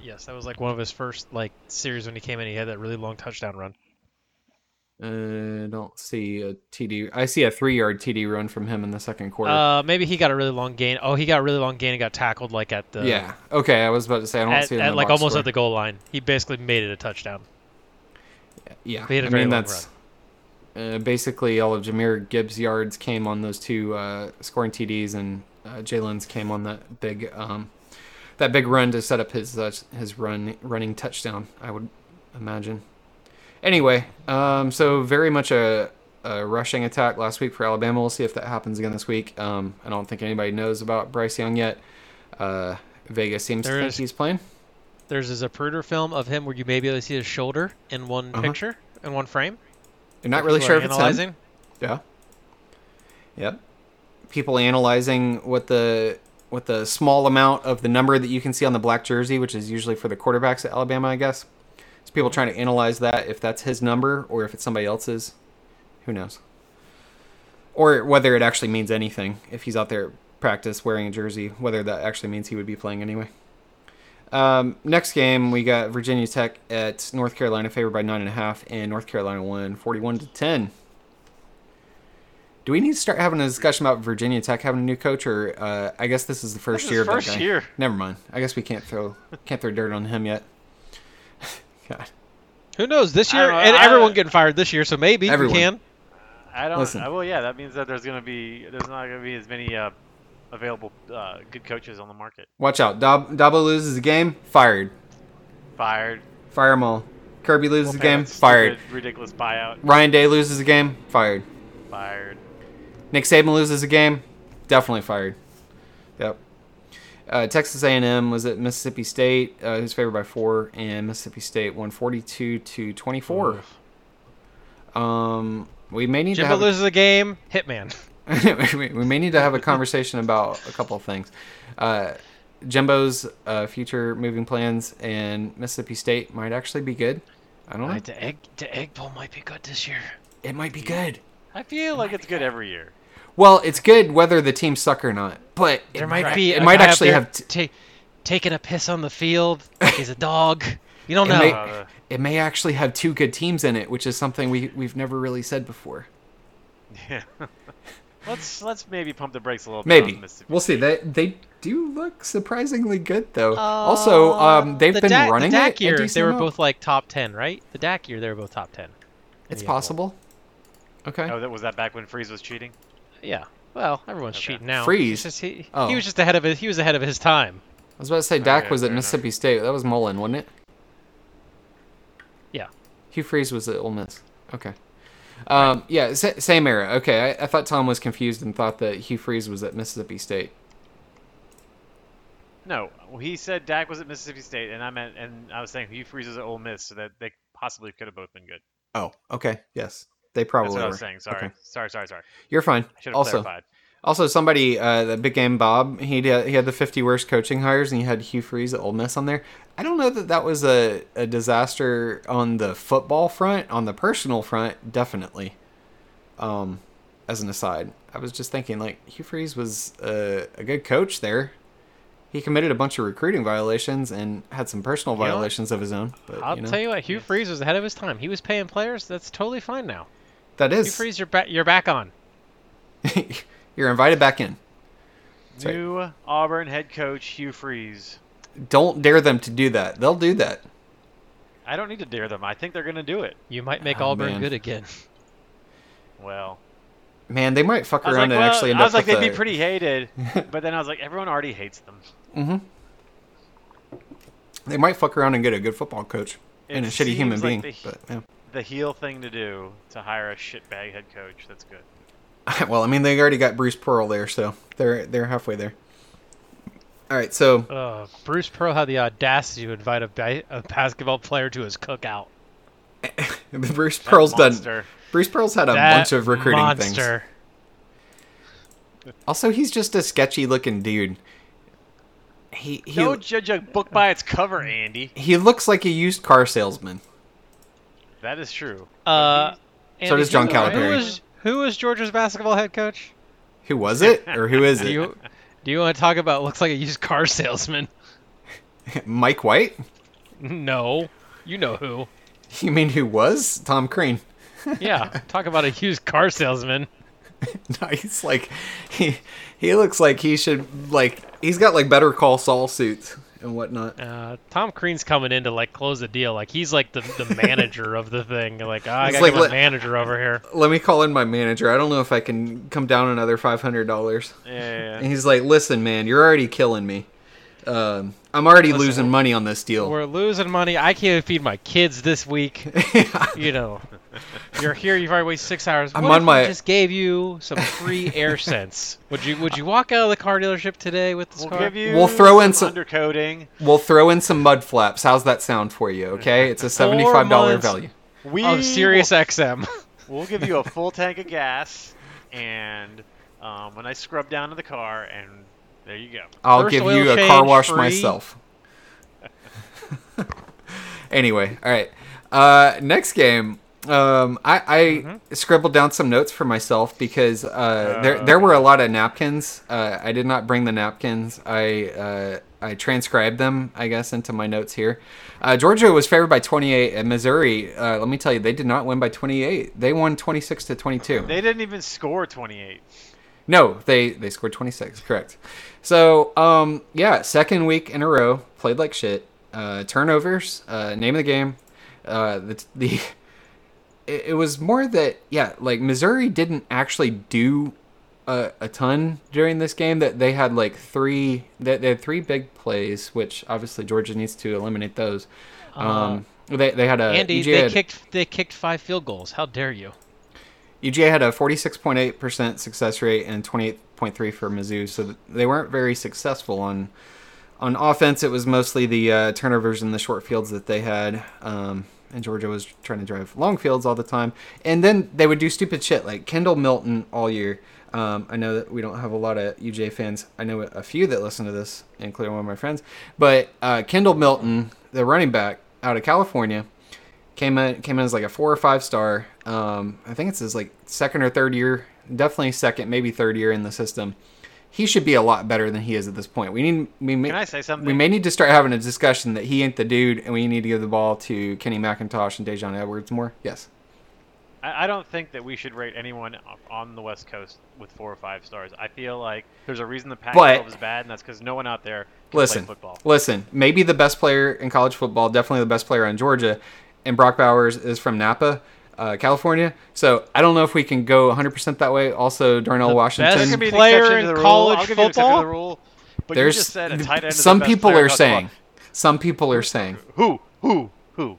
S2: Yes, that was like one of his first like series when he came in. He had that really long touchdown run.
S1: Uh, I don't see a TD. I see a three yard TD run from him in the second quarter.
S2: Uh, maybe he got a really long gain. Oh, he got a really long gain and got tackled like at the
S1: yeah. Okay. I was about to say I don't
S2: at,
S1: see it in
S2: at,
S1: the
S2: like
S1: box
S2: almost
S1: score.
S2: at the goal line. He basically made it a touchdown.
S1: Yeah,
S2: They had a
S1: I
S2: very
S1: mean
S2: long
S1: that's uh, basically all of Jameer Gibbs' yards came on those two uh, scoring TDs, and uh, Jalen's came on that big um, that big run to set up his uh, his run running touchdown. I would imagine. Anyway, um, so very much a, a rushing attack last week for Alabama. We'll see if that happens again this week. Um, I don't think anybody knows about Bryce Young yet. Uh, Vegas seems to
S2: There
S1: think
S2: is-
S1: he's playing.
S2: There's a Zapruder film of him where you may be able to see his shoulder in one
S1: Uh-huh.
S2: picture, in one frame.
S1: I'm not really sure
S2: People are
S1: if it's him.
S2: analyzing.
S1: Yeah. Yep. People analyzing what the what the small amount of the number that you can see on the black jersey, which is usually for the quarterbacks at Alabama, I guess. It's people trying to analyze that if that's his number or if it's somebody else's. Who knows? Or whether it actually means anything if he's out there at practice wearing a jersey, whether that actually means he would be playing anyway. Um, next game, we got Virginia Tech at North Carolina, favored by nine and a half, and North Carolina won forty-one to ten. Do we need to start having a discussion about Virginia Tech having a new coach, or uh, I guess this is the first
S3: This is
S1: year of that
S3: first
S1: guy.
S3: year.
S1: Never mind. I guess we can't throw can't throw dirt on him yet. God,
S2: Who knows? This
S3: I
S2: year,
S3: don't know,
S2: and
S3: I-
S2: everyone getting fired this year, so maybe you
S1: Everyone.
S2: can.
S3: I don't.
S1: Listen.
S3: I, well, yeah, that means that there's gonna be there's not gonna be as many uh, available uh, good coaches on the market.
S1: watch out! Dab- Dabo loses a game, fired.
S3: Fired.
S1: Fire them all. Kirby loses
S3: We'll
S1: the
S3: pay
S1: game.
S3: that stupid,
S1: Fired.
S3: Ridiculous buyout.
S1: Ryan Day loses the game. Fired.
S3: Fired.
S1: Nick Saban loses a game, definitely fired. Yep. Uh, Texas A&M was at Mississippi State, uh, who's favored by four, and Mississippi State won 42 to 24. Um, we may need
S2: Jimbo
S1: to
S2: loses the game. Hitman.
S1: have we we may need to have a conversation about a couple of things. Uh, Jimbo's uh, future moving plans and Mississippi State might actually be good. I don't know.
S2: the egg, the egg bowl might be good this year.
S1: It might be good.
S3: I feel like it's good every year.
S1: Well, it's good whether the teams suck or not, but it
S2: There might be.
S1: It
S2: a
S1: might
S2: guy out
S1: actually
S2: there
S1: have t-
S2: ta- taking a piss on the field. Like he's a dog. You don't
S1: It
S2: know.
S1: may-
S3: Uh,
S1: it may actually have two good teams in it, which is something we we've never really said before.
S3: Oh, yeah. let's let's maybe pump the brakes a little bit.
S1: Maybe
S3: on Mississippi
S1: we'll see. They they do look surprisingly good though. also, um, they've
S2: Oh, the
S1: been
S2: DAC,
S1: running
S2: the DAC
S1: it. a
S2: year.
S1: decent
S2: They were
S1: amount.
S2: both like top ten, right? The DAC year, they were both top ten.
S1: It's
S2: Yeah.
S1: possible. Okay.
S3: Oh, that was that back when Freeze was cheating.
S2: Yeah. Well, everyone's cheating now.
S1: Freeze.
S2: It's just he,
S1: Oh.
S2: he was just ahead of his, he was ahead of his time.
S1: I was about to say Dak
S3: oh, yeah,
S1: was
S3: fair
S1: at
S3: enough.
S1: Mississippi State. That was Mullen, wasn't it?
S2: Yeah.
S1: Hugh Freeze was at Ole Miss. Okay. Um, yeah, sa- same era. Okay, I, I thought Tom was confused and thought that Hugh Freeze was at Mississippi State.
S3: No, well, he said Dak was at Mississippi State, and I meant, and I was saying Hugh Freeze was at Ole Miss, so that they possibly could have both been good.
S1: Oh, okay. Yes, they
S3: That's
S1: probably
S3: what I was
S1: were.
S3: saying. Sorry,
S1: Okay.
S3: sorry, sorry, sorry.
S1: You're fine.
S3: I should have
S1: Also,
S3: clarified.
S1: Also, somebody, uh, the big game Bob, he did, he had the 50 worst coaching hires, and he had Hugh Freeze at Ole Miss on there. I don't know that that was a, a disaster on the football front, on the personal front, definitely. Um, as an aside, I was just thinking like Hugh Freeze was a, a good coach there. He committed a bunch of recruiting violations and had some personal
S2: You know,
S1: violations of his own. But
S2: I'll
S1: you know,
S2: tell you what, Hugh Freeze was ahead of his time. He was paying players. That's totally fine now.
S1: that
S2: Hugh
S1: is
S2: Freeze, you're back. You're back on.
S1: you're invited back in. sorry.
S3: New Auburn head coach Hugh Freeze.
S1: Don't dare them to do that. They'll do that.
S3: I don't need to dare them. I think they're going to do it.
S2: You might make
S1: Oh,
S2: Auburn
S1: man.
S2: good again.
S3: Well,
S1: Man, they might fuck
S3: I was
S1: around
S3: like,
S1: and
S3: well,
S1: actually end
S3: I was
S1: up
S3: like
S1: with
S3: they'd be
S1: a-
S3: pretty hated, but then I was like, everyone already hates them.
S1: hmm They might fuck around and get a good football coach
S3: It
S1: and a shitty human being.
S3: seems like the he-
S1: but yeah.
S3: The heel thing to do to hire a shitbag head coach. That's good.
S1: well, I mean, they already got Bruce Pearl there, so they're they're halfway there. All right, so
S2: Uh, Bruce Pearl had the audacity to invite a, ba- a basketball player to his cookout.
S1: Bruce
S3: Oh, That
S1: Pearl's done.
S3: monster.
S1: Bruce Pearl's had a
S2: That
S1: bunch of recruiting things.
S2: monster.
S1: Also, he's just a sketchy looking dude. He he
S3: Don't judge a book by its cover, Andy.
S1: he looks like a used car salesman.
S3: That is true.
S2: Uh, Andy,
S1: does John
S2: who- Who
S1: Calipari.
S2: was, who was Georgia's basketball head coach?
S1: Who was it or who is
S2: Do
S1: it?
S2: you do you want to talk about looks like a used car salesman?
S1: Mike White?
S2: No, you know who.
S1: You mean who was Tom Crane?
S2: Yeah, talk about a used car salesman.
S1: No, he's like he he looks like he should like he's got like better call Saul suits and whatnot.
S2: Uh, Tom Crean's coming in to like close the deal. Like he's like the, the manager of the thing. Like "Ah, I
S1: It's
S2: got
S1: like,
S2: a
S1: let-
S2: manager over here.
S1: Let me call in my manager. I don't know if I can come down another five hundred dollars.
S3: Yeah, yeah,
S1: And
S3: yeah.
S1: he's like, "Listen, man, you're already killing me. Um, I'm already losing money on this deal."
S2: We're losing money. I can't feed my kids this week. You know, you're here. You've already wasted six hours.
S1: I'm
S2: what
S1: on
S2: if
S1: my-
S2: we just gave you some free AirSense? Would you Would you walk out of the car dealership today with this
S3: We'll
S2: car?
S3: give you.
S1: We'll throw in
S3: some
S1: some-
S3: undercoating.
S1: we'll throw in some mud flaps. How's that sound for you? Okay, it's a seventy-five dollar
S2: months.
S1: value.
S3: We
S1: Oh,
S2: of Sirius XM.
S3: Will, we'll give you a full tank of gas and um, a nice scrub down to the car, and there you go.
S1: I'll
S2: First
S1: give
S2: oil
S1: you a
S2: change
S1: car wash
S2: free.
S1: myself. anyway, all right. Uh, next game, um, I, I
S2: Mm-hmm.
S1: scribbled down some notes for myself because uh, there there
S2: Uh.
S1: were a lot of napkins. Uh, I did not bring the napkins. I uh, I transcribed them, I guess, into my notes here. Uh, Georgia was favored by 28, and Missouri. Uh, let me tell you, they did not win by 28. They won 26 to 22.
S3: They didn't even score 28.
S1: No, they they scored 26. Correct. So, um, yeah, second week in a row, played like shit. Uh, turnovers, uh, name of the game. Uh, the the it, it was more that yeah, like Missouri didn't actually do a, a ton during this game. That they had like three. They, they had three big plays, which obviously Georgia needs to eliminate those. Um, they they had a
S2: Uh-huh. Andy,
S1: UGA
S2: they
S1: had-
S2: kicked they kicked five field goals. How dare you?
S1: UGA had E a 46.8% success rate and 28.3 for Mizzou, so th- they weren't very successful on on offense. It was mostly the uh, turnovers and the short fields that they had, um, and Georgia was trying to drive long fields all the time. And then they would do stupid shit like Kendall Milton all year. Um, I know that we don't have a lot of UJ fans. I know a few that listen to this, including one of my friends. But uh, Kendall Milton, the running back out of California, came in came in as like a four or five star. Um, I think it's his like second or third year, definitely second, maybe third year in the system. He should be a lot better than he is at this point. We need we may,
S3: Can I say something?
S1: we may need to start having a discussion that he ain't the dude, and we need to give the ball to Kenny McIntosh and Dejon Edwards more. Yes,
S3: I, I don't think that we should rate anyone o- on the West Coast with four or five stars. I feel like there's a reason the Pac-12
S1: But-
S3: is bad, and that's because no one out there can
S1: listen,
S3: play football.
S1: listen. Maybe the best player in college football, definitely the best player on Georgia, and Brock Bowers is from Napa. Uh, California, so I don't know if we can go 100% that way. Also, Darnell
S2: The
S1: Washington.
S2: best
S3: There could be an
S2: player
S3: exception to
S2: in
S3: the rule.
S2: college
S3: I'll give you an exception to
S2: football?
S3: the rule, but
S1: There's
S3: you just said a tight end. Is the
S1: some
S3: best
S1: people
S3: player in
S1: are
S3: college
S1: saying. Some people are saying.
S3: football. who, who, who.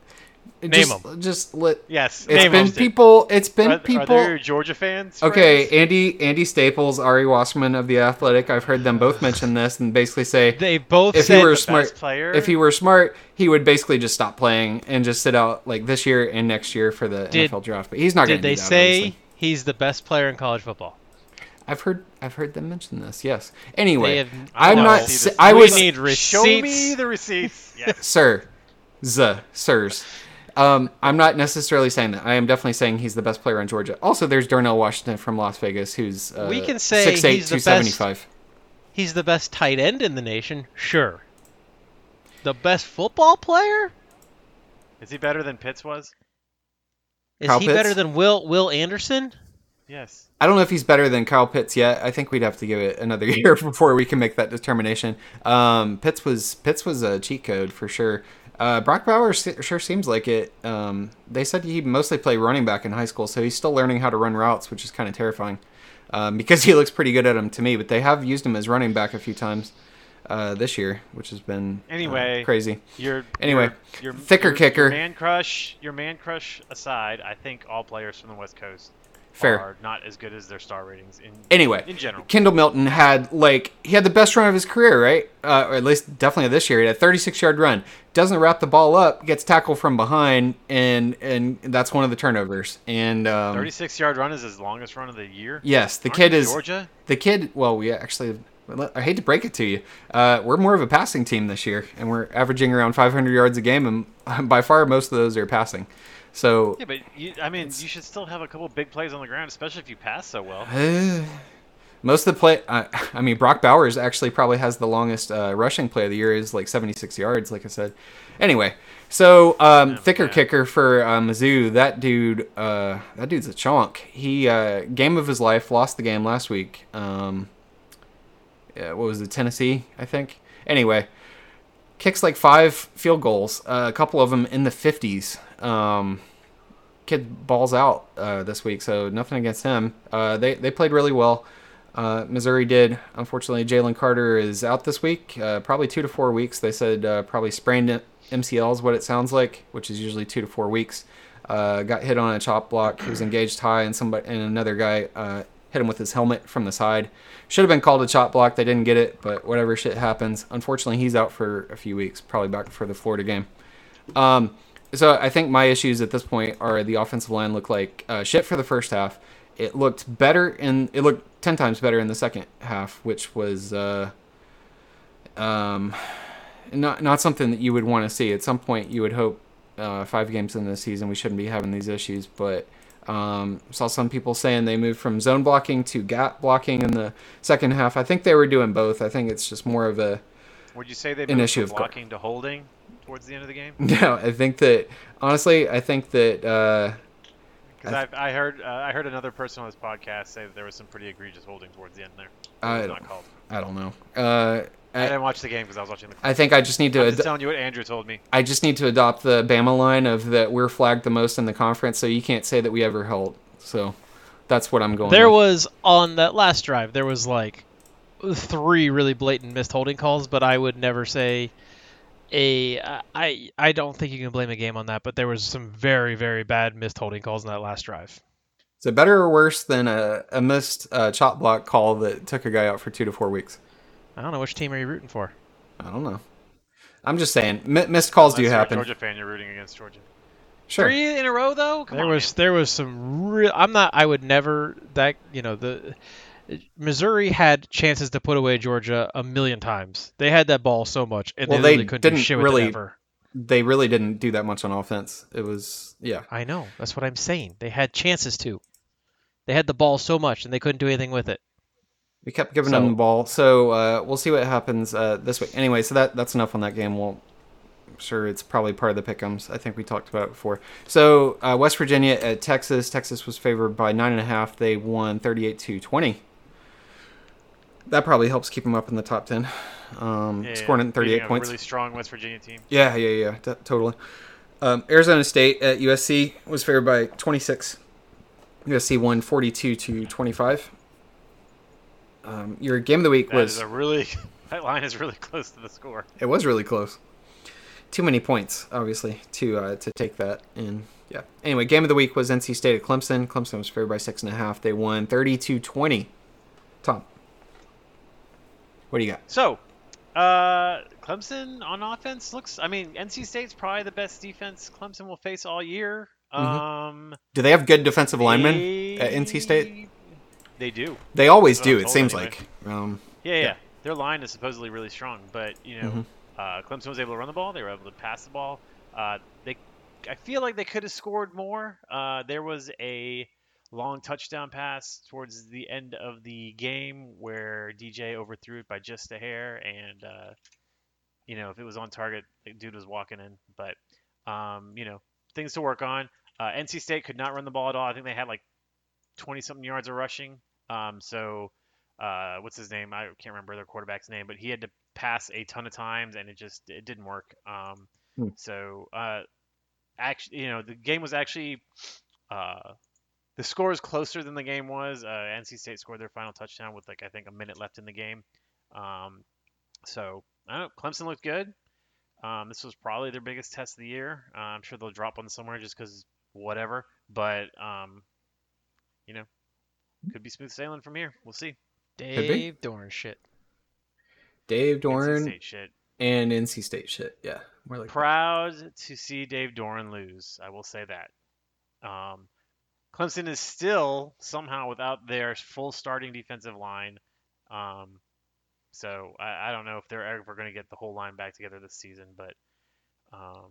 S1: Name
S2: 'em.
S1: Just let.
S3: Yes,
S1: It's
S3: name
S1: been
S3: 'em.
S1: people. It's been
S3: Are, are
S1: people.
S3: there Georgia fans?
S1: okay,
S3: friends?
S1: Andy. Andy Staples, Ari Wasserman of the Athletic. I've heard them both mention this and basically say
S2: They both
S1: if
S2: said
S1: he were
S3: the
S1: smart,
S3: best player?
S1: if he were smart, he would basically just stop playing and just sit out like this year and next year for the
S2: Did-
S1: NFL draft. But he's not going
S2: did
S1: to.
S2: they
S1: do that,
S2: say
S1: obviously.
S2: he's the best player in college football?
S1: I've heard. I've heard them mention this. Yes. Anyway,
S2: They have-
S1: I'm
S2: No.
S1: not.
S3: See
S1: sa-
S3: this.
S1: I
S2: we
S1: was.
S2: need receipts.
S3: show me the receipts. Yes.
S1: sir, z, sirs. Um, I'm not necessarily saying that. I am definitely saying he's the best player in Georgia. Also, there's Darnell Washington from Las Vegas, who's uh,
S2: We can say
S1: 6'8",
S2: he's the best-
S1: 275.
S2: He's the best tight end in the nation, sure. The best football player?
S3: Is he better than Pitts was?
S2: Is
S1: Kyle
S2: he
S1: Pitts?
S2: better than Will Will Anderson?
S3: Yes.
S1: I don't know if he's better than Kyle Pitts yet. I think we'd have to give it another year before we can make that determination. Um, Pitts was Pitts was a cheat code for sure. Uh, Brock Bowers se- sure seems like it. Um, they said he mostly played running back in high school, so he's still learning how to run routes, which is kind of terrifying um, because he looks pretty good at them to me. But they have used him as running back a few times uh, this year, which has been uh,
S3: Anyway.
S1: crazy.
S3: Your
S1: Anyway,
S3: your, your
S1: thicker
S3: your-
S1: kicker.
S3: Your man crush, your man crush aside, I think all players from the West Coast
S1: Fair.
S3: are not as good as their star ratings. In
S1: Anyway,
S3: in general,
S1: Kendall Milton had like he had the best run of his career, right? Uh, or at least definitely this year. He had a 36 yard run. Doesn't wrap the ball up, gets tackled from behind, and and that's one of the turnovers. And um,
S3: thirty-six yard run is his longest run of the year.
S1: yes, the
S3: Aren't
S1: kid is
S3: Georgia.
S1: the kid. Well, we actually. I hate to break it to you. Uh, we're more of a passing team this year, and we're averaging around 500 yards a game, and by far most of those are passing. So,
S3: Yeah, but you, I mean, you should still have a couple big plays on the ground, especially if you pass so well.
S1: Most of the play, I, I mean, Brock Bowers actually probably has the longest uh, rushing play of the year, is like 76 yards, like I said. Anyway, so um, thicker
S3: man.
S1: kicker for uh, Mizzou. That dude, uh, that dude's a chonk. He uh, game of his life, lost the game last week. Um, yeah, what was it, Tennessee, I think. Anyway, kicks like five field goals, uh, a couple of them in the 50s. Um, kid balls out uh, this week, so nothing against him. Uh, they they played really well. Uh, Missouri did. Unfortunately, Jalen Carter is out this week, uh, probably two to four weeks. They said uh, probably sprained it- MCL is what it sounds like, which is usually two to four weeks. Uh, got hit on a chop block. He was engaged high, and somebody and another guy uh, hit him with his helmet from the side. Should have been called a chop block. They didn't get it, but whatever shit happens. Unfortunately, he's out for a few weeks, probably back for the Florida game. Um, so I think my issues at this point are the offensive line looked like uh, shit for the first half. It looked better in it looked ten times better in the second half, which was uh, um, not not something that you would want to see. At some point, you would hope uh, five games in the season we shouldn't be having these issues. But um, saw some people saying they moved from zone blocking to gap blocking in the second half. I think they were doing both. I think it's just more of a
S3: Would you say they
S1: An
S3: moved
S1: issue
S3: from
S1: of Mm, guard.
S3: blocking to holding towards the end of the game?
S1: no. I think that honestly, I think that. Uh,
S3: Because
S1: I
S3: I, I heard uh, I heard another person on this podcast say that there was some pretty egregious holding towards the end there. that
S1: I
S3: was
S1: don't-
S3: not called.
S1: I don't know. Uh,
S3: I,
S1: I,
S3: didn't watch the game because I was watching the.
S1: I think I just need to
S3: I'm just
S1: ad-
S3: telling you what Andrew told me.
S1: I just need to adopt the Bama line of that we're flagged the most in the conference, so you can't say that we ever held. So That's what I'm going.
S2: There
S1: with.
S2: was on that last drive. There was like three really blatant missed holding calls, but I would never say a. I I don't think you can blame a game on that. But there was some very very bad missed holding calls in that last drive.
S1: Is it better or worse than a, a missed uh, chop block call that took a guy out for two to four weeks?
S2: I don't know which team are you rooting for.
S1: I don't know. I'm just saying, mi- missed calls
S3: Unless
S1: do
S3: you're a
S1: happen.
S3: Georgia fan, you're rooting against Georgia.
S1: Sure.
S2: Three in a row though.
S3: Come
S2: there
S3: on,
S2: was there was some real. I'm not. I would never that you know the. Missouri had chances to put away Georgia a million times. They had that ball so much, and
S1: Well,
S2: they,
S1: they
S2: literally couldn't do
S1: didn't
S2: shit with
S1: really-
S2: it ever.
S1: They really didn't do that much on offense. It was yeah.
S2: I know. That's what I'm saying. They had chances to. They had the ball so much and they couldn't do anything with it.
S1: We kept giving
S2: So-
S1: them the ball. So uh, we'll see what happens uh, this week. Anyway, so that that's enough on that game. We'll I'm sure it's probably part of the pickums. I think we talked about it before. So uh, West Virginia at Texas. Texas was favored by nine and a half. They won thirty-eight to twenty. That probably helps keep them up in the top ten. Um,
S3: Yeah,
S1: scoring
S3: beating
S1: in thirty-eight
S3: a
S1: points.
S3: Really strong West Virginia team.
S1: Yeah, yeah, yeah, t- totally. Um, Arizona State at USC was favored by 26. USC won 42 to 25. Um, your game of the week
S3: That is
S1: was
S3: a really that line is really close to the score.
S1: it was really close. Too many points, obviously, to uh, to take that. And yeah. Anyway, game of the week was NC State at Clemson. Clemson was favored by six and a half. They won 32-20. Tom, what do you got?
S3: So, uh, Clemson on offense looks. I mean, NC State's probably the best defense Clemson will face all year.
S1: Mhm.
S3: Um,
S1: Do they have good defensive linemen?
S3: they-
S1: at NC State?
S3: They do.
S1: They always do.
S3: Oh,
S1: It
S3: totally,
S1: seems
S3: anyway.
S1: like. Um,
S3: Yeah, yeah,
S1: Yeah.
S3: Their line is supposedly really strong, but you know,
S1: Mhm.
S3: uh, Clemson was able to run the ball. They were able to pass the ball. Uh, they, I feel like they could have scored more. Uh, there was a long touchdown pass towards the end of the game where DJ overthrew it by just a hair, and uh, you know, if it was on target, the dude was walking in. But um, you know, things to work on. Uh, NC State could not run the ball at all. I think they had like 20 something yards of rushing. Um, so uh, what's his name? I can't remember their quarterback's name, but he had to pass a ton of times, and it just it didn't work. Um,
S1: Hmm.
S3: So, uh, actually, you know, the game was actually uh, the score is closer than the game was. Uh, NC State scored their final touchdown with like I think a minute left in the game. Um, so I don't. Clemson looked good. Um, this was probably their biggest test of the year. Uh, I'm sure they'll drop one somewhere just because whatever. But um, you know, could be smooth sailing from here. We'll see.
S1: be.
S2: Dave Dorn shit.
S1: Dave
S3: NC
S1: Dorn
S3: State shit.
S1: and NC State shit. Yeah, more like
S3: Proud to see Dave Doran lose. I will say that. Um, Clemson is still somehow without their full starting defensive line. Um, so I, I don't know if they're ever going to get the whole line back together this season, but um,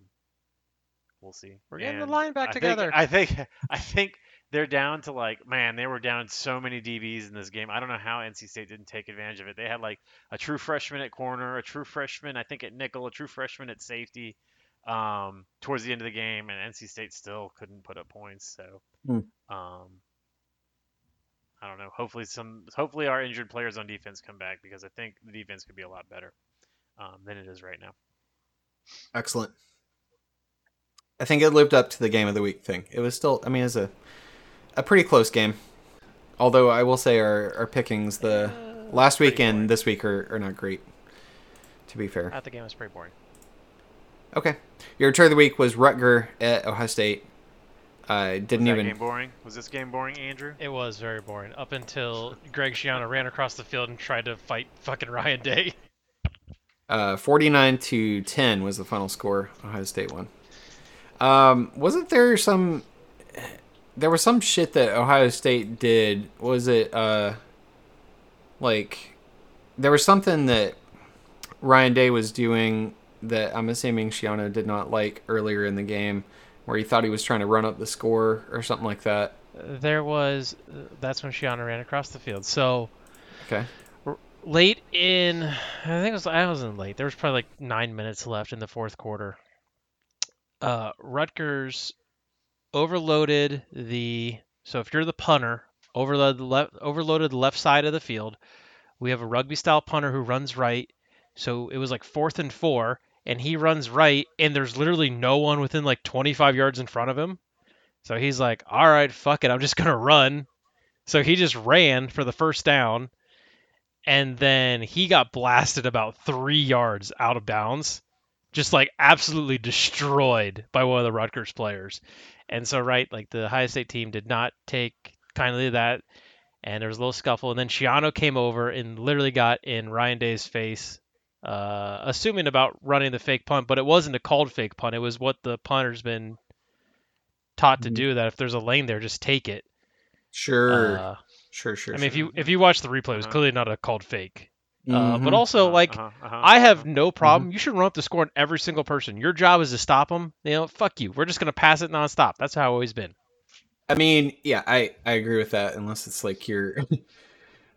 S3: we'll see.
S2: We're getting the
S3: And
S2: line back
S3: I think-
S2: together.
S3: I think I think they're down to like man, they were down so many DBs in this game. I don't know how NC State didn't take advantage of it. They had like a true freshman at corner, a true freshman I think at nickel, a true freshman at safety. Um, towards the end of the game, and NC State still couldn't put up points. So,
S1: Hmm.
S3: um, I don't know. Hopefully, some hopefully our injured players on defense come back because I think the defense could be a lot better um, than it is right now.
S1: excellent. I think it lived up to the game of the week thing. It was still, I mean, it was a a pretty close game. Although I will say our, our pickings the last
S3: pretty
S1: week and
S3: boring.
S1: this week are, are not great. To be fair,
S2: I thought the game was pretty boring.
S1: okay. Your return of the week was Rutger at Ohio State. I didn't
S3: was
S1: even
S3: that game boring? Was this game boring, Andrew?
S2: It was very boring up until Greg Schiano ran across the field and tried to fight fucking Ryan Day.
S1: Uh, 49 to 10 was the final score. Ohio State won. Um, wasn't there some. There was some shit that Ohio State did. Was it, uh, like. There was something that Ryan Day was doing that I'm assuming Shiano did not like earlier in the game, where he thought he was trying to run up the score or something like that.
S2: There was. That's when Schiano ran across the field. So
S1: Okay.
S2: late in, I think it was I wasn't late. There was probably like nine minutes left in the fourth quarter. Uh, Rutgers overloaded the. So if you're the punter, overloaded the left, overloaded the left side of the field. We have a rugby style punter who runs right. So it was like fourth and four, and he runs right, and there's literally no one within like 25 yards in front of him. So he's like, "All right, fuck it, I'm just gonna run." So he just ran for the first down, and then he got blasted about three yards out of bounds, just like absolutely destroyed by one of the Rutgers players. And so, right, like the Ohio State team did not take kindly to that, and there was a little scuffle. And then Shiano came over and literally got in Ryan Day's face, uh, assuming about running the fake punt, but it wasn't a called fake punt. It was what the punter's been taught to
S1: Mhm.
S2: do. That if there's a lane there, just take it.
S1: Sure.
S2: Uh,
S1: sure. Sure.
S2: I mean, if
S1: sure.
S2: you if you watch the replay, it was
S3: Uh-huh.
S2: clearly not a called fake. Uh, but
S1: Mhm.
S2: also,
S3: Uh-huh,
S2: like,
S3: uh-huh, uh-huh,
S2: I have
S3: uh-huh.
S2: no
S1: Mm-hmm.
S2: problem. You should run up the score on every single person. Your job is to stop them. You know, fuck you. We're just gonna pass it nonstop. That's how I've always been.
S1: I mean, yeah, I I agree with that unless it's like your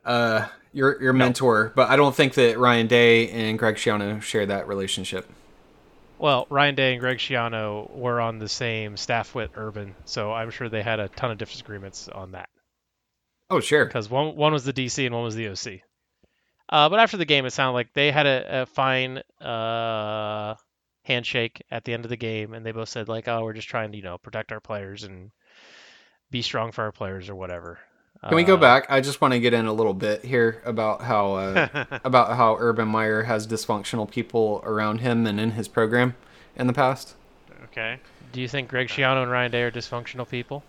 S1: uh your your mentor, but I don't think that Ryan Day and Greg Schiano share that relationship.
S2: Well, Ryan Day and Greg Schiano were on the same staff with Urban, so I'm sure they had a ton of disagreements on that
S1: Oh, sure.
S2: because one one was the DC and one was the OC. Uh, but after the game, it sounded like they had a, a fine uh, handshake at the end of the game, and they both said like, "Oh, we're just trying to you know protect our players and be strong for our players or whatever."
S1: Can we go
S2: Uh,
S1: back? I just want to get in a little bit here about how uh, about how Urban Meyer has dysfunctional people around him and in his program in the past.
S3: okay.
S2: Do you think Greg Schiano and Ryan Day are dysfunctional people?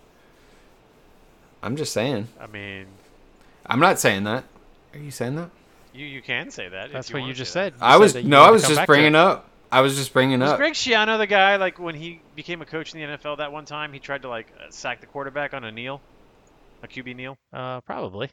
S1: I'm just saying.
S3: I mean,
S1: I'm not saying that. Are you saying that?
S3: you you can say that. if
S2: That's what
S3: wanna
S2: you
S3: say
S2: just said.
S3: that.
S2: You
S1: I
S2: said
S1: was
S2: that you
S1: no,
S2: wanted
S1: I
S2: to
S1: was
S2: come
S1: just
S2: back to it.
S1: bringing up. I was just bringing
S3: Was
S1: up.
S3: Greg Schiano the guy like when he became a coach in the NFL that one time he tried to like uh, sack the quarterback on a kneel, a QB kneel?
S2: Uh, probably.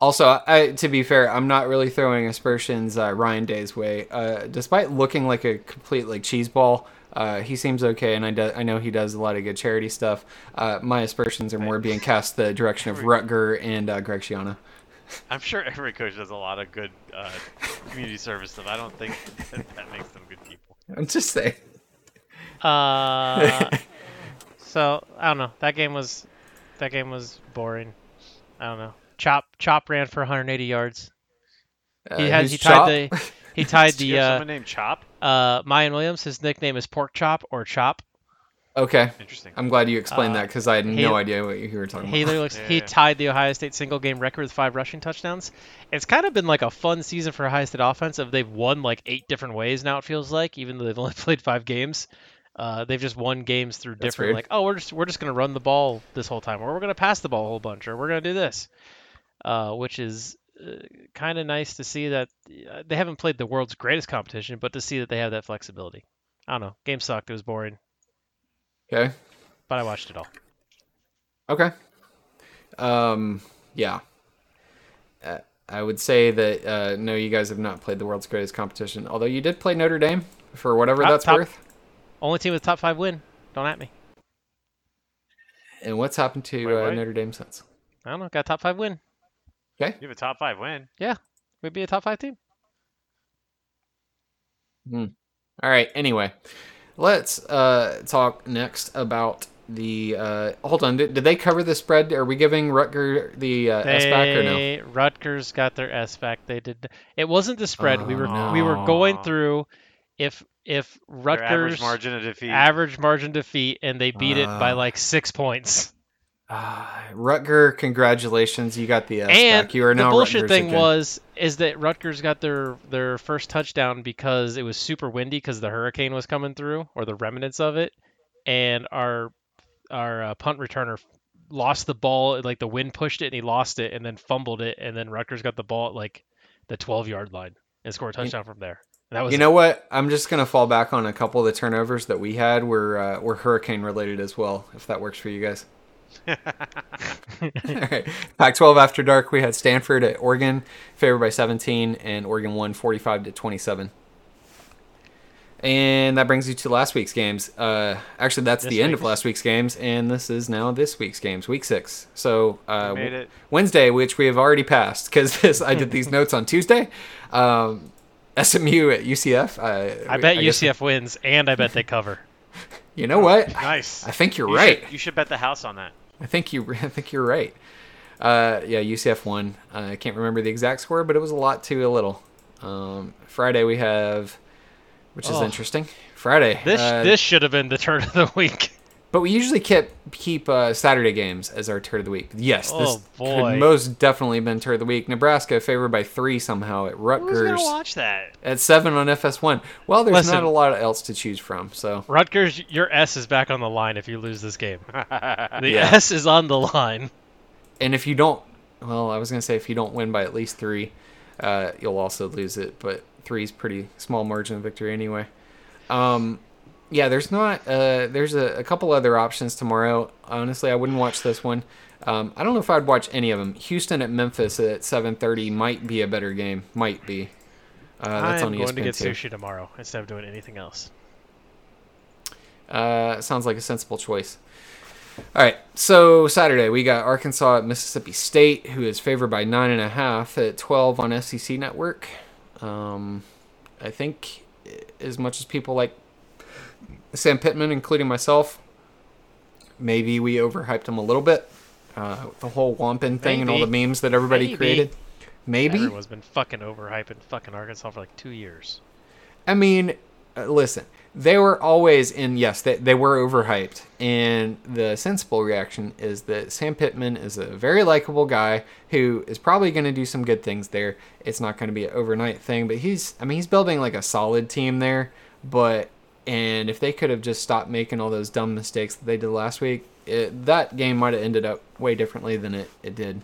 S1: Also, I, to be fair, I'm not really throwing aspersions uh, Ryan Day's way. Uh, despite looking like a complete like cheese ball, uh, he seems okay, and I, do, I know he does a lot of good charity stuff. Uh, my aspersions are more being cast the direction of Rutger and uh, Greg Schiano.
S3: I'm sure every coach does a lot of good uh, community service stuff. I don't think that, that makes them good people.
S1: I'm just saying.
S2: Uh, so I don't know. That game was, that game was boring. I don't know. Chop Chop ran for 180 yards. He
S1: Uh,
S2: had
S1: who's
S2: he
S1: Chop?
S2: tied the he tied
S3: Do you
S2: the
S3: have
S2: uh,
S3: someone named Chop?
S2: uh Mayan Williams. His nickname is Pork Chop or Chop.
S1: Okay,
S3: Interesting.
S1: I'm glad you explained
S2: Uh,
S1: that because I had
S2: he-
S1: no idea what you were talking
S2: He
S1: about.
S2: looks,
S3: Yeah,
S2: he
S3: yeah.
S2: tied the Ohio State single game record with five rushing touchdowns. It's kind of been like a fun season for Ohio State offense. If they've won like eight different ways now, it feels like even though they've only played five games, uh, they've just won games through
S1: That's
S2: different
S1: weird.
S2: like oh we're just we're just gonna run the ball this whole time or we're gonna pass the ball a whole bunch or we're gonna do this, uh, which is uh, kind of nice to see that uh, they haven't played the world's greatest competition, but to see that they have that flexibility. I don't know. Game sucked. It was boring,
S1: Okay.
S2: but I watched it all.
S1: Okay. Um. Yeah. Uh, I would say that uh, no, you guys have not played the world's greatest competition. Although you did play Notre Dame for whatever
S2: Top-
S1: that's
S2: top.
S1: worth.
S2: Only team with top five win. Don't at me.
S1: And what's happened to
S3: Wait,
S1: uh,
S3: what?
S1: Notre Dame since?
S2: I don't know. Got a top five win.
S3: You have a top five win.
S2: We'd be a top five team.
S1: All right. Anyway, let's uh, talk next about the. Uh, hold on. Did, did they cover the spread? Are we giving Rutger the uh, S back or no?
S2: They- Rutgers got their S back. They did. It wasn't the spread. we were
S1: Oh,
S2: we were going
S3: no.
S2: through if if
S3: Their average
S2: Rutgers
S3: margin of defeat.
S2: average margin defeat and they beat it by
S1: Ah.
S2: like six points.
S1: Ah, Rutger, congratulations! You got the S
S2: and
S1: back. You are
S2: the
S1: now
S2: bullshit
S1: Rutgers
S2: thing
S1: again.
S2: was is that Rutgers got their their first touchdown because it was super windy because the hurricane was coming through or the remnants of it, and our our uh, punt returner lost the ball like the wind pushed it and he lost it and then fumbled it and then Rutgers got the ball at like the 12 yard line and scored a touchdown from there. And that was
S1: You know what? I'm just gonna fall back on a couple of the turnovers that we had were uh, were hurricane related as well, if that works for you guys. All right. Pac-12 after dark, we had Stanford at Oregon, favored by 17, and Oregon won 45 to 27. And that brings you to last week's games. Uh, actually, that's
S2: This
S1: the end of
S2: week's.
S1: last week's games, and this is now this week's games, week six. So uh,
S3: We made it.
S1: Wednesday, which we have already passed because this I did these notes on Tuesday. Um, SMU at UCF. Uh,
S2: I bet
S1: guess-
S2: UCF wins and I bet they cover.
S1: You know what?
S3: nice.
S1: I think you're
S3: You
S1: right.
S3: Should, you should bet the house on that.
S1: I think you. I think you're right. Uh, yeah, UCF won. Uh, I can't remember the exact score, but it was a lot to a little. Um, Friday we have, which is
S2: Oh.
S1: interesting. Friday.
S2: This
S1: uh,
S2: this should have been the turn of the week.
S1: But we usually kept keep uh, Saturday games as our turd of the week. Yes, this
S2: Oh, boy.
S1: could most definitely have been turd of the week. Nebraska favored by three somehow at
S3: Who's gonna
S1: Rutgers
S3: watch that?
S1: at seven on FS1. Well, there's
S2: Listen.
S1: not a lot else to choose from. So
S2: Rutgers, your S is back on the line if you lose this game. The
S1: Yeah.
S2: S is on the line.
S1: and if you don't well i was going to say if you don't win by at least three uh, you'll also lose it but three is pretty small margin of victory anyway um, yeah there's not uh, there's a, a couple other options tomorrow honestly i wouldn't watch this one um, i don't know if i'd watch any of them houston at memphis at 7.30 might be a better game might be uh, that's
S2: I'm
S1: on
S2: going to
S1: ESPN
S2: get
S1: too.
S2: sushi tomorrow instead of doing anything else.
S1: Uh, sounds like a sensible choice. All right, so Saturday we got Arkansas at Mississippi State, who is favored by nine and a half at twelve on SEC Network. Um, I think as much as people like Sam Pittman, including myself, maybe we overhyped him a little bit. Uh, with the whole Wampin thing and all the
S2: Maybe.
S1: memes that everybody
S2: Maybe.
S1: created. Maybe
S2: Everyone's been fucking overhyping fucking Arkansas for like two years.
S1: I mean, uh, listen, they were always in. Yes, they, they were overhyped, and the sensible reaction is that Sam Pittman is a very likable guy who is probably going to do some good things there. It's not going to be an overnight thing, but he's. I mean, he's building like a solid team there, but and if they could have just stopped making all those dumb mistakes that they did last week, it, that game might have ended up way differently than it, it did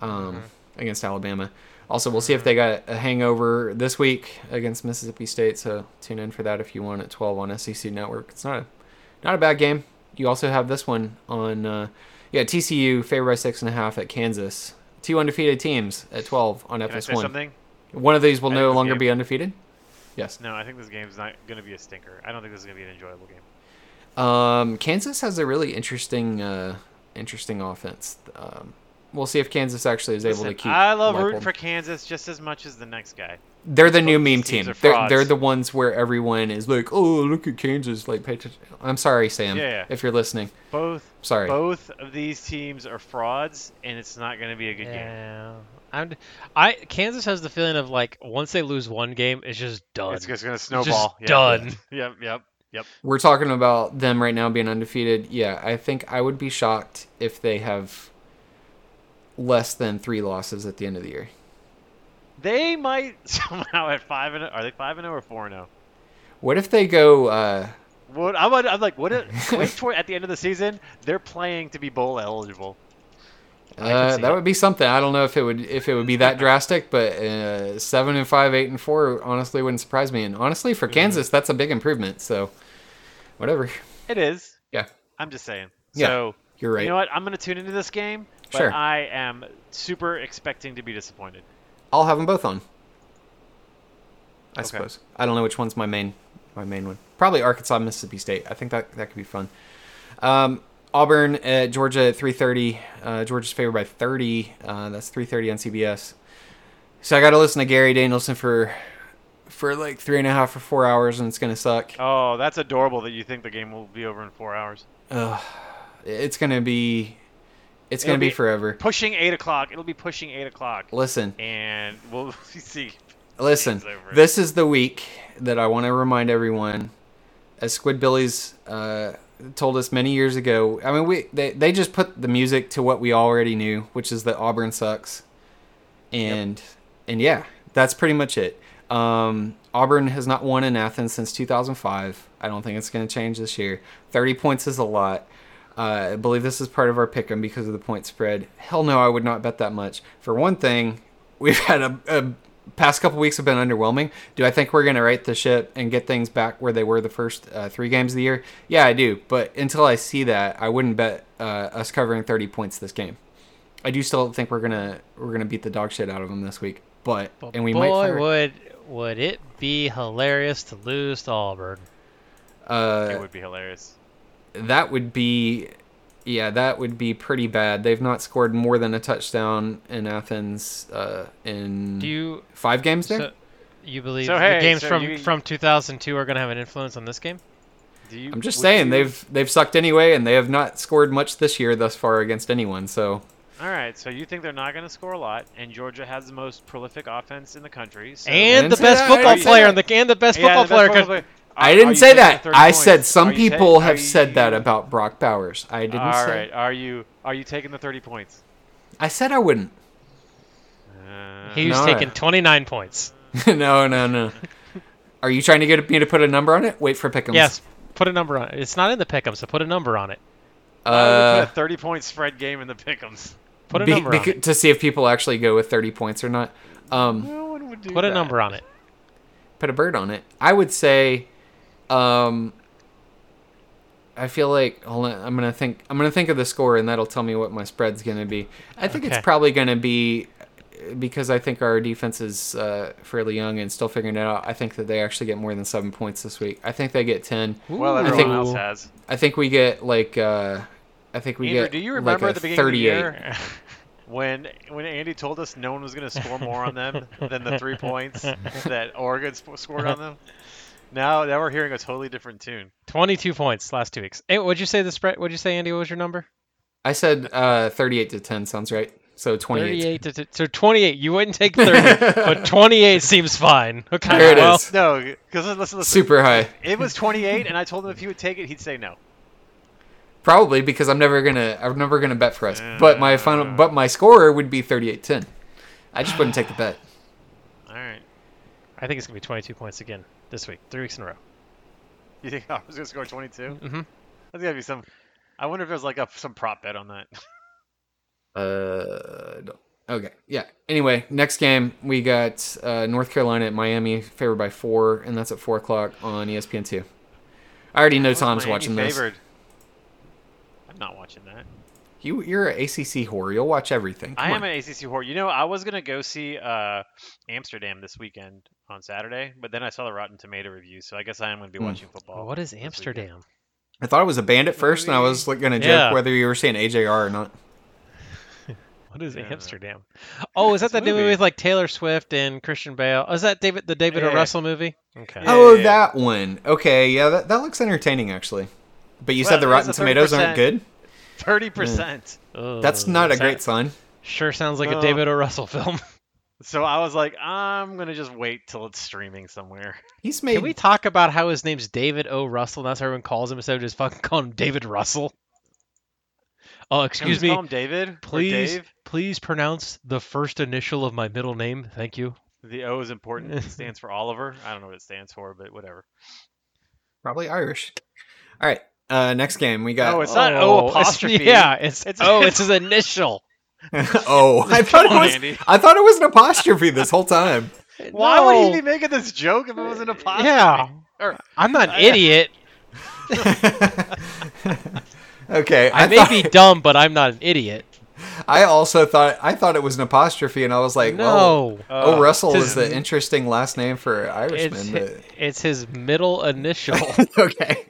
S1: um,
S3: Mm-hmm.
S1: against Alabama. Also, we'll see if they got a hangover this week against Mississippi State. So tune in for that if you want at 12 on SEC Network. It's not a, not a bad game. You also have this one on uh, yeah TCU favored by six and a half at Kansas. Two undefeated teams at 12 on
S3: Can I say
S1: FS1.
S3: something?
S1: One of these will
S3: I
S1: no
S3: think this
S1: longer
S3: game-
S1: be undefeated. Yes.
S3: No, I think this game's not gonna be a stinker. I don't think this is gonna be an enjoyable game.
S1: Um, Kansas has a really interesting, uh, interesting offense. Um, we'll see if Kansas actually is able to
S3: Listen,
S1: keep.
S3: I love
S1: Leipold.
S3: rooting for Kansas just as much as the next guy.
S1: They're the new
S3: both
S1: meme
S3: these teams
S1: team.
S3: are
S1: They're,
S3: frauds.
S1: they're the ones where everyone is like, "Oh, look at Kansas!" Like, pay attention. I'm sorry, Sam,
S3: Yeah, yeah.
S1: if you're listening.
S3: Both
S1: Sorry.
S3: both of these teams are frauds, and it's not gonna be a good game.
S2: Yeah. I'm, I Kansas has the feeling of like once they lose one game, it's just done.
S3: It's just gonna snowball.
S2: Just
S3: Yeah.
S2: done.
S3: Yep, yep, yep.
S1: We're talking about them right now being undefeated. Yeah, I think I would be shocked if they have less than three losses at the end of the year.
S3: They might somehow at five and are they five and zero or four and zero?
S1: What if they go? Uh,
S3: What I'm, I'm like, what? If, wait toward at the end of the season, they're playing to be bowl eligible. I can
S1: Uh,
S3: see
S1: that
S3: it.
S1: would be something. I don't know if it would if it would be that drastic, but uh, seven and five, eight and four, honestly wouldn't surprise me. And honestly,
S3: Mm-hmm.
S1: for Kansas, that's a big improvement. So, whatever.
S3: It is.
S1: Yeah,
S3: I'm just saying.
S1: Yeah,
S3: So
S1: you're right.
S3: you know what? I'm gonna tune into this game, but
S1: Sure.
S3: I am super expecting to be disappointed.
S1: I'll have them both on. I
S3: Okay.
S1: suppose. I don't know which one's my main my main one. Probably Arkansas, Mississippi State. I think that that could be fun. Um, Auburn at Georgia at 3:30. Uh, Georgia's favored by 30. Uh, that's 3:30 on CBS. So I got to listen to Gary Danielson for for like three and a half or four hours, and it's gonna suck.
S3: Oh, that's adorable that you think the game will be over in four hours.
S1: Ugh. It's gonna be it's
S3: It'll
S1: gonna be,
S3: be-
S1: forever.
S3: Pushing eight o'clock. It'll be pushing eight o'clock,
S1: Listen,
S3: and we'll see.
S1: Listen,
S3: Game's over.
S1: this is the week that I want to remind everyone, as Squidbillies uh, told us many years ago. I mean, we they, they just put the music to what we already knew, which is that Auburn sucks, and and yeah, that's pretty much it. Um, Auburn has not won in Athens since 2005. I don't think it's going to change this year. 30 points is a lot. Uh, I believe this is part of our pick 'em because of the point spread. Hell no, I would not bet that much. For one thing, we've had a, a past couple weeks have been underwhelming. Do I think we're going to right the ship and get things back where they were the first uh, three games of the year? Yeah, I do. But until I see that, I wouldn't bet uh, us covering 30 points this game. I do still think we're gonna we're gonna beat the dog shit out of them this week, but
S2: But
S1: and we
S2: boy,
S1: might fire-
S2: would would it be hilarious to lose to Auburn?
S1: Mm.
S3: it
S1: uh,
S3: would be hilarious.
S1: that would be yeah that would be pretty bad they've not scored more than a touchdown in athens uh, in
S2: Do you
S1: five games there
S2: so, you believe
S3: So,
S2: the
S3: hey,
S2: games
S3: so
S2: from
S3: you-
S2: from 2002 are going to have an influence on this game?
S3: Do you,
S1: i'm just
S3: would
S1: saying
S3: you-
S1: they've they've sucked anyway and they have not scored much this year thus far against anyone so
S3: All right, so you think they're not going to score a lot, and Georgia has the most prolific offense in the country. So
S2: and
S1: didn't
S2: the
S1: say
S2: best
S1: that, I
S2: football
S1: didn't say
S2: player
S1: that.
S2: in the and the best
S3: Yeah,
S2: football
S3: the best
S2: player.
S3: football
S2: could-
S3: player.
S1: I
S3: are
S1: didn't
S3: you
S1: say
S3: taking
S1: that.
S3: the 30
S1: I
S3: points?
S1: said some
S3: Are you ta-
S1: people
S3: are
S1: have said that
S3: you-
S1: about Brock Bowers. I didn't
S3: All
S1: say.
S3: right, are you are you taking the thirty points?
S1: I said I wouldn't.
S3: Uh,
S2: He was
S1: No.
S2: taking 29 points.
S1: no, no, no. Are you trying to get me to put a number on it? Wait for Pickums.
S2: Yes, put a number on it. It's not in the pick'em, so put a number on it.
S3: I would
S1: Uh,
S3: put a thirty point spread game in the pickums.
S2: Put a
S1: be-
S2: number
S1: bec-
S2: on it.
S1: to see if people actually go with 30 points or not. Um,
S3: No one would do
S2: Put a
S3: that.
S2: number on it.
S1: put a bird on it. I would say, um, I feel like hold on, I'm gonna think. I'm gonna think of the score, and that'll tell me what my spread's gonna be. I think
S2: Okay.
S1: it's probably gonna be because I think our defense is uh, fairly young and still figuring it out. I think that they actually get more than seven points this week. I think they get ten.
S3: Well,
S2: Ooh.
S3: everyone
S1: think-
S3: else has.
S1: I think we get like. Uh, I think we
S3: Andrew,
S1: get.
S3: do you
S1: like,
S3: remember
S1: a
S3: at the beginning
S1: 38.
S3: of the year when when Andy told us no one was going to score more on them than the three points that Oregon sp- scored on them? Now, now we're hearing a totally different tune.
S2: 22 points last two weeks. Hey, what'd you say the spread? What'd you say, Andy? What was your number?
S1: I said uh, 38 to 10 sounds right. So 28.
S2: 38 to, to, so 28. You wouldn't take 30, but 28 seems fine. Okay.
S1: There it
S2: well,
S1: is.
S3: No, because listen, listen, listen.
S1: Super high.
S3: It was 28, and I told him if he would take it, he'd say no.
S1: Probably because I'm never gonna I'm never gonna bet for us. But my final but my scorer would be 38-10. I just wouldn't take the bet.
S3: All right.
S2: I think it's going to be 22 points again this week, three weeks in a row.
S3: You think I was going to score 22?
S2: Mm-hmm.
S3: That's got to be some. I wonder if there's like a some prop bet on that.
S1: Uh, no. okay, yeah. Anyway, next game we got uh, North Carolina at Miami, favored by four, and that's at four o'clock on E ESPN two. I already know
S3: Who's
S1: Tom's
S3: Miami
S1: watching this.
S3: favored? I'm not watching that.
S1: You you're an ACC whore. You'll watch everything.
S3: I
S1: Come
S3: am
S1: on.
S3: an ACC whore. You know, I was gonna go see uh, Amsterdam this weekend on Saturday, but then I saw the Rotten Tomato review, so I guess I am gonna be
S1: Hmm.
S3: watching football.
S2: What is
S3: Oh, this
S2: Amsterdam?
S1: I thought it was a band at first, and I was like, gonna joke
S2: Yeah.
S1: whether you were saying AJR or not.
S2: What is
S3: Yeah.
S2: Amsterdam? Oh, is that
S3: it's a
S2: the movie
S3: movie.
S2: with like Taylor Swift and Christian Bale? Oh, is that David the David O.
S3: Yeah.
S2: Russell movie? Okay.
S3: Yeah.
S1: oh, that one. Okay, yeah, that, that looks entertaining actually. But you
S3: Well,
S1: said the
S3: there's
S1: Rotten
S3: a
S1: Tomatoes aren't
S3: 30%.
S1: good.
S3: Thirty percent.
S1: That's
S2: Ugh.
S1: not a
S2: Sa-
S1: great sign.
S2: Sure sounds like
S3: No.
S2: a David O. Russell film.
S3: So I was like, I'm gonna just wait till it's streaming somewhere.
S1: He's
S2: Can
S1: made.
S2: we talk about how his name's David O. Russell? That's how everyone calls him instead of just fucking calling him David Russell. Oh,
S3: Can we
S2: excuse
S3: just
S2: me.
S3: call him David. or
S2: Please,
S3: Dave.
S2: please pronounce the first initial of my middle name. Thank you.
S3: The O is important. It stands for Oliver. I don't know what it stands for, but whatever.
S1: Probably Irish. All right. Uh, next game we got.
S3: No, Oh, It's not O
S2: Oh, it's-
S3: apostrophe.
S2: Yeah, it's, it's
S3: It's-
S2: oh, it's his initial.
S1: oh, I thought it
S3: on,
S1: was.
S3: Andy.
S1: I thought it was an apostrophe this whole time.
S3: Why would
S2: No.
S3: he be making this joke if it was an apostrophe?
S2: Yeah.
S3: Or- uh,
S2: I'm not
S3: I-
S2: an idiot.
S1: okay,
S2: I,
S1: I,
S2: may
S1: thought,
S2: be dumb, but I'm not an idiot.
S1: I also thought I thought it was an apostrophe, and I was like, well,
S2: no.
S3: Uh,
S1: Oh, Russell
S2: it's
S1: is
S2: his-
S1: the interesting last name for an
S2: It's,
S1: Irishman.
S2: hi- it's his middle initial.
S1: but- okay.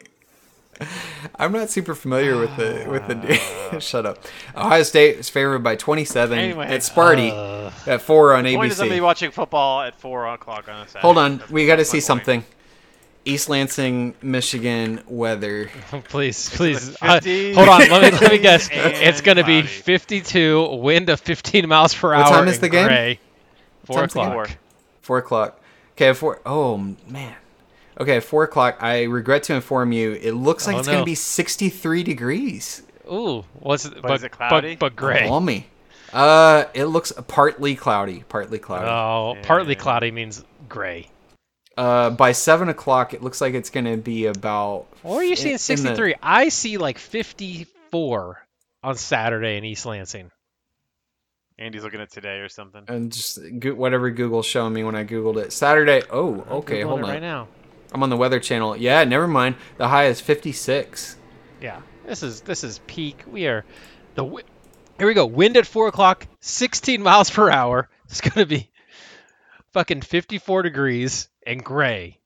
S1: I'm not super familiar with the with the. Shut up. Ohio State is favored by 27
S3: Anyway,
S1: at Sparty
S2: Uh,
S1: at four on
S3: Point is, I'm gonna be
S1: ABC.
S3: watching football at four o'clock on a Saturday.
S1: Hold on,
S3: That's-
S1: we got to
S3: that's my
S1: see
S3: point.
S1: something. East Lansing, Michigan weather.
S2: please,
S3: It's
S2: please.
S3: a
S2: Uh,
S3: 50
S2: hold on. Let me let me guess.
S3: and
S2: It's going to be
S3: cloudy.
S2: 52, wind of 15 miles per hour.
S1: What time is
S2: and
S1: the game?
S2: Gray. Four
S1: time's the game?
S2: o'clock.
S3: Four.
S1: Four o'clock. Okay, at four. Oh man. Okay, at four o'clock. I regret to inform you, it looks like
S2: Oh,
S1: it's gonna
S2: no.
S1: be sixty-three degrees.
S2: Ooh, what's it? But,
S3: is it cloudy?
S2: But, but gray.
S1: Balmy. Uh, it looks partly cloudy. Partly cloudy.
S2: Oh, partly
S3: Yeah.
S2: cloudy means gray.
S1: Uh, by seven o'clock, it looks like it's gonna be about.
S2: Or are you
S1: in-
S2: seeing
S1: in the-
S2: 63? I see like 54 on Saturday in East Lansing.
S3: Andy's looking at today or something.
S1: And just go- whatever Google's showing me when I googled it. Saturday. Oh, okay.
S2: Googling
S1: Hold
S2: it
S1: on.
S2: Right now.
S1: I'm on the Weather Channel. Yeah, never mind. The high is 56.
S2: Yeah, this is this is peak. We are the wi- here we go. Wind at four o'clock, 16 miles per hour. It's gonna be fucking 54 degrees and gray.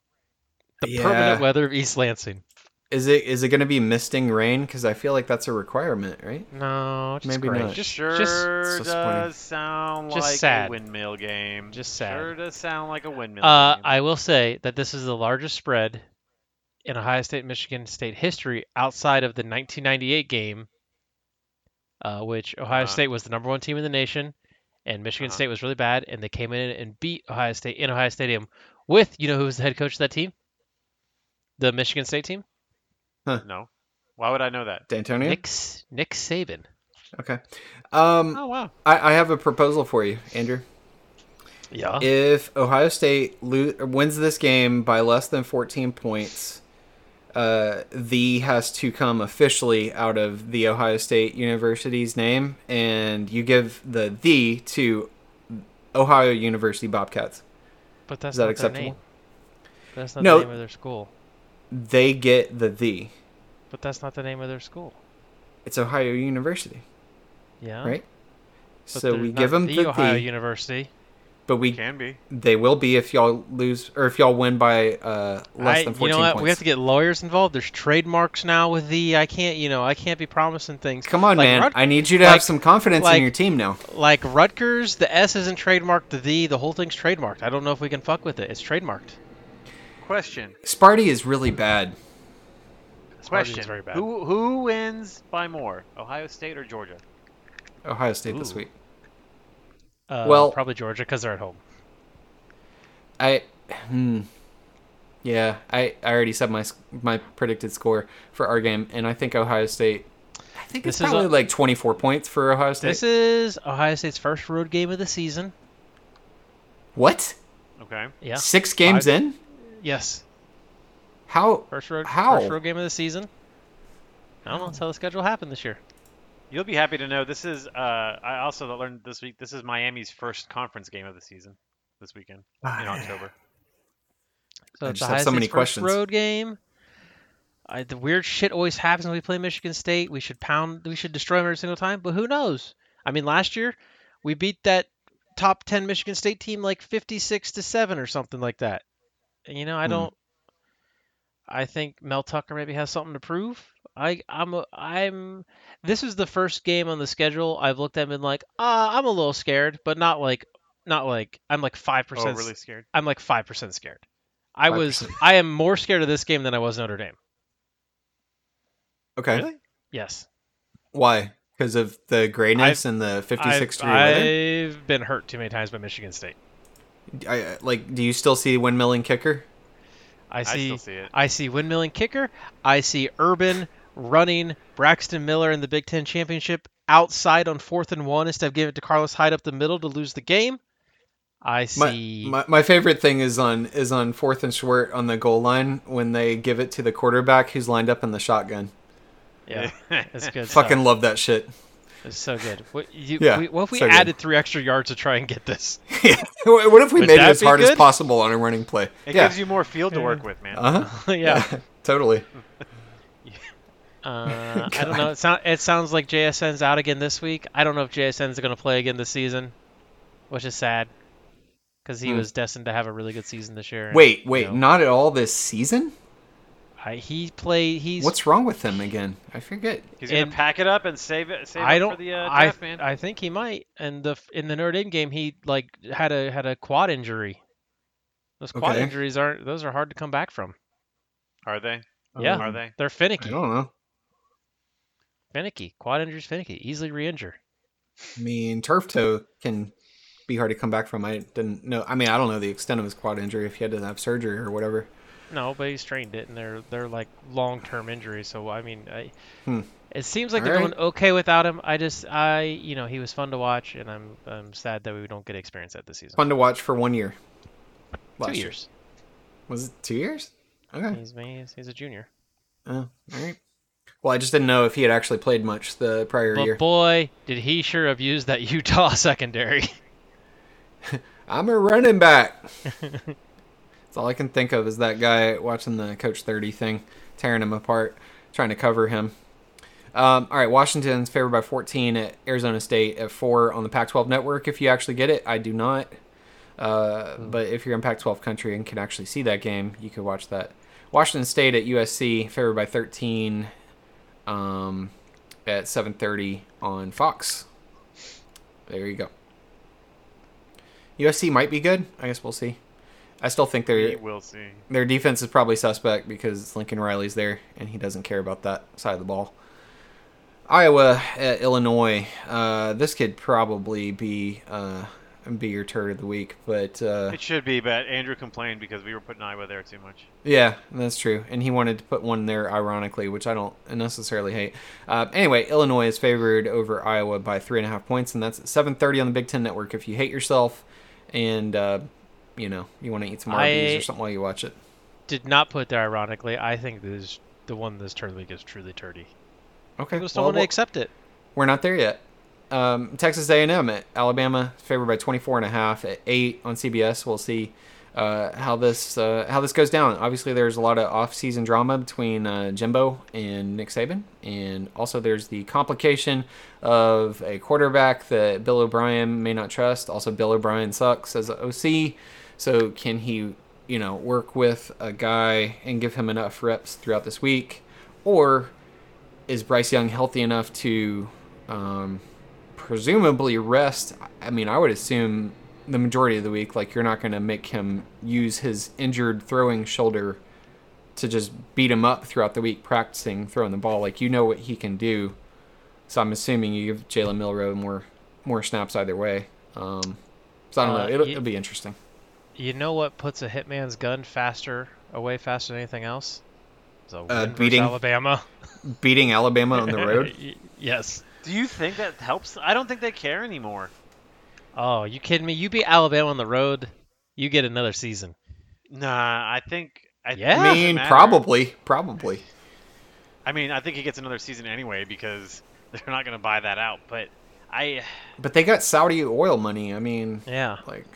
S2: The
S1: Yeah.
S2: permanent weather of East Lansing.
S1: Is it is it going to be misting rain? Because I feel like that's a requirement, right?
S2: No, just
S1: Maybe
S2: gray.
S1: not.
S2: Just
S3: sure
S2: just
S1: It's disappointing.
S3: does sound
S2: Just
S3: like
S2: sad.
S3: a windmill game.
S2: Just sad.
S3: Sure does sound like a windmill
S2: uh,
S3: game.
S2: I will say that this is the largest spread in Ohio State Michigan State history outside of the 1998 game, uh, which Ohio
S3: Uh-huh.
S2: State was the number one team in the nation, and Michigan
S3: Uh-huh.
S2: State was really bad, and they came in and beat Ohio State in Ohio Stadium with you know who was the head coach of that team? The Michigan State team?
S3: No. Why would I know that?
S1: D'Antonio.
S2: Nick S- Nick Saban.
S1: Okay. Um,
S3: Oh wow.
S1: I, I have a proposal for you, Andrew.
S2: Yeah.
S1: If Ohio State lo- wins this game by less than 14 points, uh, the has to come officially out of the Ohio State University's name, and you give the the to Ohio University Bobcats.
S2: but that's
S1: that
S2: not
S1: acceptable?
S2: Their name. That's not
S1: No.
S2: the name of their school.
S1: They get the the.
S2: But that's not the name of their school.
S1: It's Ohio University,
S2: Yeah.
S1: right?
S2: But
S1: so
S2: they're
S1: we
S2: not
S1: give them
S2: the
S1: the
S2: Ohio
S1: the,
S2: University.
S1: but we
S3: Can be.
S1: they will be if y'all lose or if y'all win by uh, less
S2: I,
S1: than 14
S2: you know what?
S1: points.
S2: We have to get lawyers involved. There's trademarks now with the. I can't, you know, I can't be promising things.
S1: Come on,
S2: Like
S1: man.
S2: Rut-
S1: I need you to
S2: like-
S1: have some confidence
S2: like-
S1: in your team now.
S2: like Rutgers, the S isn't trademarked. The the, the whole thing's trademarked. I don't know if we can fuck with it. It's trademarked.
S3: Question.
S1: Sparty is really bad.
S2: Sparty is
S3: Question.
S2: very bad.
S3: Who who wins by more, Ohio State or Georgia?
S1: Ohio State this
S3: Ooh.
S1: week.
S2: Uh,
S1: Well-
S2: probably Georgia because they're at home.
S1: I, hmm, yeah. I, I already said my s- my predicted score for our game, and I think Ohio State. I think
S2: This
S1: it's
S2: is
S1: probably
S2: a-
S1: like 24 points for Ohio State.
S2: This is Ohio State's first road game of the season.
S1: what?
S3: Okay.
S2: Yeah.
S1: Six games
S2: Five.
S1: in?
S2: Yes.
S1: How?
S2: First road.
S1: How?
S2: First road game of the season. I don't know. That's how the schedule happened this year.
S3: You'll be happy to know this is. Uh, I also learned this week. This is Miami's first conference game of the season. This weekend
S2: Ah,
S3: in October.
S2: So
S1: I
S2: it's
S1: just
S2: Ohio
S1: have so
S2: State's
S1: many
S2: first
S1: questions.
S2: road game. I, the weird shit always happens when we play Michigan State. We should pound. We should destroy them every single time. But who knows? I mean, last year we beat that top ten Michigan State team like fifty-six to seven or something like that. And, you know, I
S1: Hmm.
S2: don't. I think Mel Tucker maybe has something to prove. I I'm a, I'm. This is the first game on the schedule I've looked at and been like, ah, I'm a little scared, but not like, not like I'm like five
S1: Oh,
S2: percent
S3: Overly Oh, scared.
S2: I'm like five percent scared. I was
S1: 5%.
S2: I am more scared of this game than I was Notre Dame.
S1: Okay.
S3: Really?
S2: Yes.
S1: Why? Because of the grayness and the 56
S2: I've,
S1: degree weather.
S2: I've been hurt too many times by Michigan State.
S1: I, I- like, do you still see windmilling kicker?
S2: I
S3: I
S2: see
S3: still see it.
S2: I see windmill and kicker. I see Urban running Braxton Miller in the Big Ten championship outside on fourth and one instead of giving it to Carlos Hyde up the middle to lose the game. I
S1: My,
S2: see
S1: my, my favorite thing is on is on fourth and short on the goal line when they give it to the quarterback who's lined up in the shotgun.
S2: yeah. It's good. stuff.
S1: Fucking love that shit.
S2: it's so good. What, you,
S1: Yeah,
S2: we, what if we
S1: so good.
S2: added three extra yards to try and get this?
S1: what if we
S2: Would
S1: made it
S2: that
S1: as
S2: be
S1: hard as
S2: good?
S1: possible on a running play?
S3: It
S1: yeah.
S3: gives you more field to work with, man.
S1: uh
S2: yeah.
S1: totally.
S2: Uh, I don't know. It, sound, it sounds like JSN's out again this week. I don't know if JSN's going to play again this season, which is sad because he
S1: Hmm.
S2: was destined to have a really good season this year. and,
S1: Wait,
S2: you
S1: wait,
S2: know,
S1: not at all this season?
S2: I, he played. He's.
S1: What's wrong with him again? I forget.
S3: He's gonna
S2: And-
S3: pack it up and save it. Save
S2: I
S3: it
S2: don't.
S3: for the uh,
S2: I
S3: draft, man.
S2: I think he might. And the in the Notre Dame game, he like had a had a quad injury. Those quad
S1: Okay.
S2: injuries aren't. Those are hard to come back from.
S3: Are they?
S2: Yeah.
S3: Are they?
S2: They're
S1: I
S2: finicky.
S1: don't know.
S2: Finicky. Quad injuries finicky. Easily re-injure.
S1: I mean, turf toe can be hard to come back from. I didn't know. I mean, I don't know the extent of his quad injury if he had to have surgery or whatever.
S2: No, but he's trained it, and they're they're like long term injuries. So I mean, I,
S1: Hmm.
S2: it seems like
S1: All
S2: they're
S1: right.
S2: doing okay without him. I just I you know he was fun to watch, and I'm I'm sad that we don't get to experience that this season.
S1: Fun to watch for one year.
S2: Two
S1: Last year.
S2: years.
S1: Was it two years? Okay.
S2: He's, he's he's a junior.
S1: Oh, all right. Well, I just didn't know if he had actually played much the prior
S2: But
S1: year.
S2: boy, did he sure have used that Utah secondary.
S1: I'm a running back. That's all I can think of is that guy watching the Coach 30 thing, tearing him apart, trying to cover him. Um, all right, Washington's favored by 14 at Arizona State at 4 on the Pac 12 network. If you actually get it, I do not. Uh, but if you're in Pac 12 country and can actually see that game, you could watch that. Washington State at USC favored by 13 um, at 7.30 on Fox. There you go. USC might be good. I guess we'll see. I still think
S3: We
S1: they're
S3: will see.
S1: their defense is probably suspect because Lincoln Riley's there and he doesn't care about that side of the ball. Iowa at Illinois. Uh, this could probably be uh, be your turd of the week, but uh,
S3: It should be, but Andrew complained because we were putting Iowa there too much.
S1: yeah, that's true. And he wanted to put one there ironically, which I don't necessarily hate. Uh, anyway, Illinois is favored over Iowa by three and a half points, and that's at seven thirty on the Big Ten Network. If you hate yourself, and uh, you know you want to eat some Arby's
S2: I-
S1: or something while you watch it,
S2: Did not put there ironically. I think this the one this turn of the week is truly turdy.
S1: okay.
S2: People still
S1: well,
S2: want to accept it.
S1: we're not there yet. Um, Texas A&M at Alabama favored by 24 and a half at 8 on CBS. We'll see uh, how this uh, how this goes down. Obviously, there's a lot of off-season drama between uh, Jimbo and Nick Saban, and also there's the complication of a quarterback that Bill O'Brien may not trust. Also, Bill O'Brien sucks as an OC, so can he, you know, work with a guy and give him enough reps throughout this week, or is Bryce Young healthy enough to um, presumably rest? I mean, I would assume the majority of the week. Like, you're not going to make him use his injured throwing shoulder to just beat him up throughout the week practicing throwing the ball. Like, you know what he can do. So I'm assuming you give Jalen Milrow more more snaps either way. Um, so I don't
S2: Uh,
S1: know. It'll,
S2: you-
S1: it'll be interesting.
S2: You know what puts a hitman's gun faster away faster than anything else? It's a win versus
S1: Uh, beating-
S2: Alabama
S1: Beating Alabama on the road.
S2: yes.
S3: Do you think that helps? I don't think they care anymore.
S2: Oh, you kidding me? You beat Alabama on the road, you get another season.
S3: Nah, I think. I think
S2: Yeah.
S3: it
S1: I
S3: doesn't
S1: mean,
S3: matter.
S1: probably, probably.
S3: I mean, I think he gets another season anyway because they're not going to buy that out. But I,
S1: But they got Saudi oil money. I mean,
S2: Yeah.
S1: like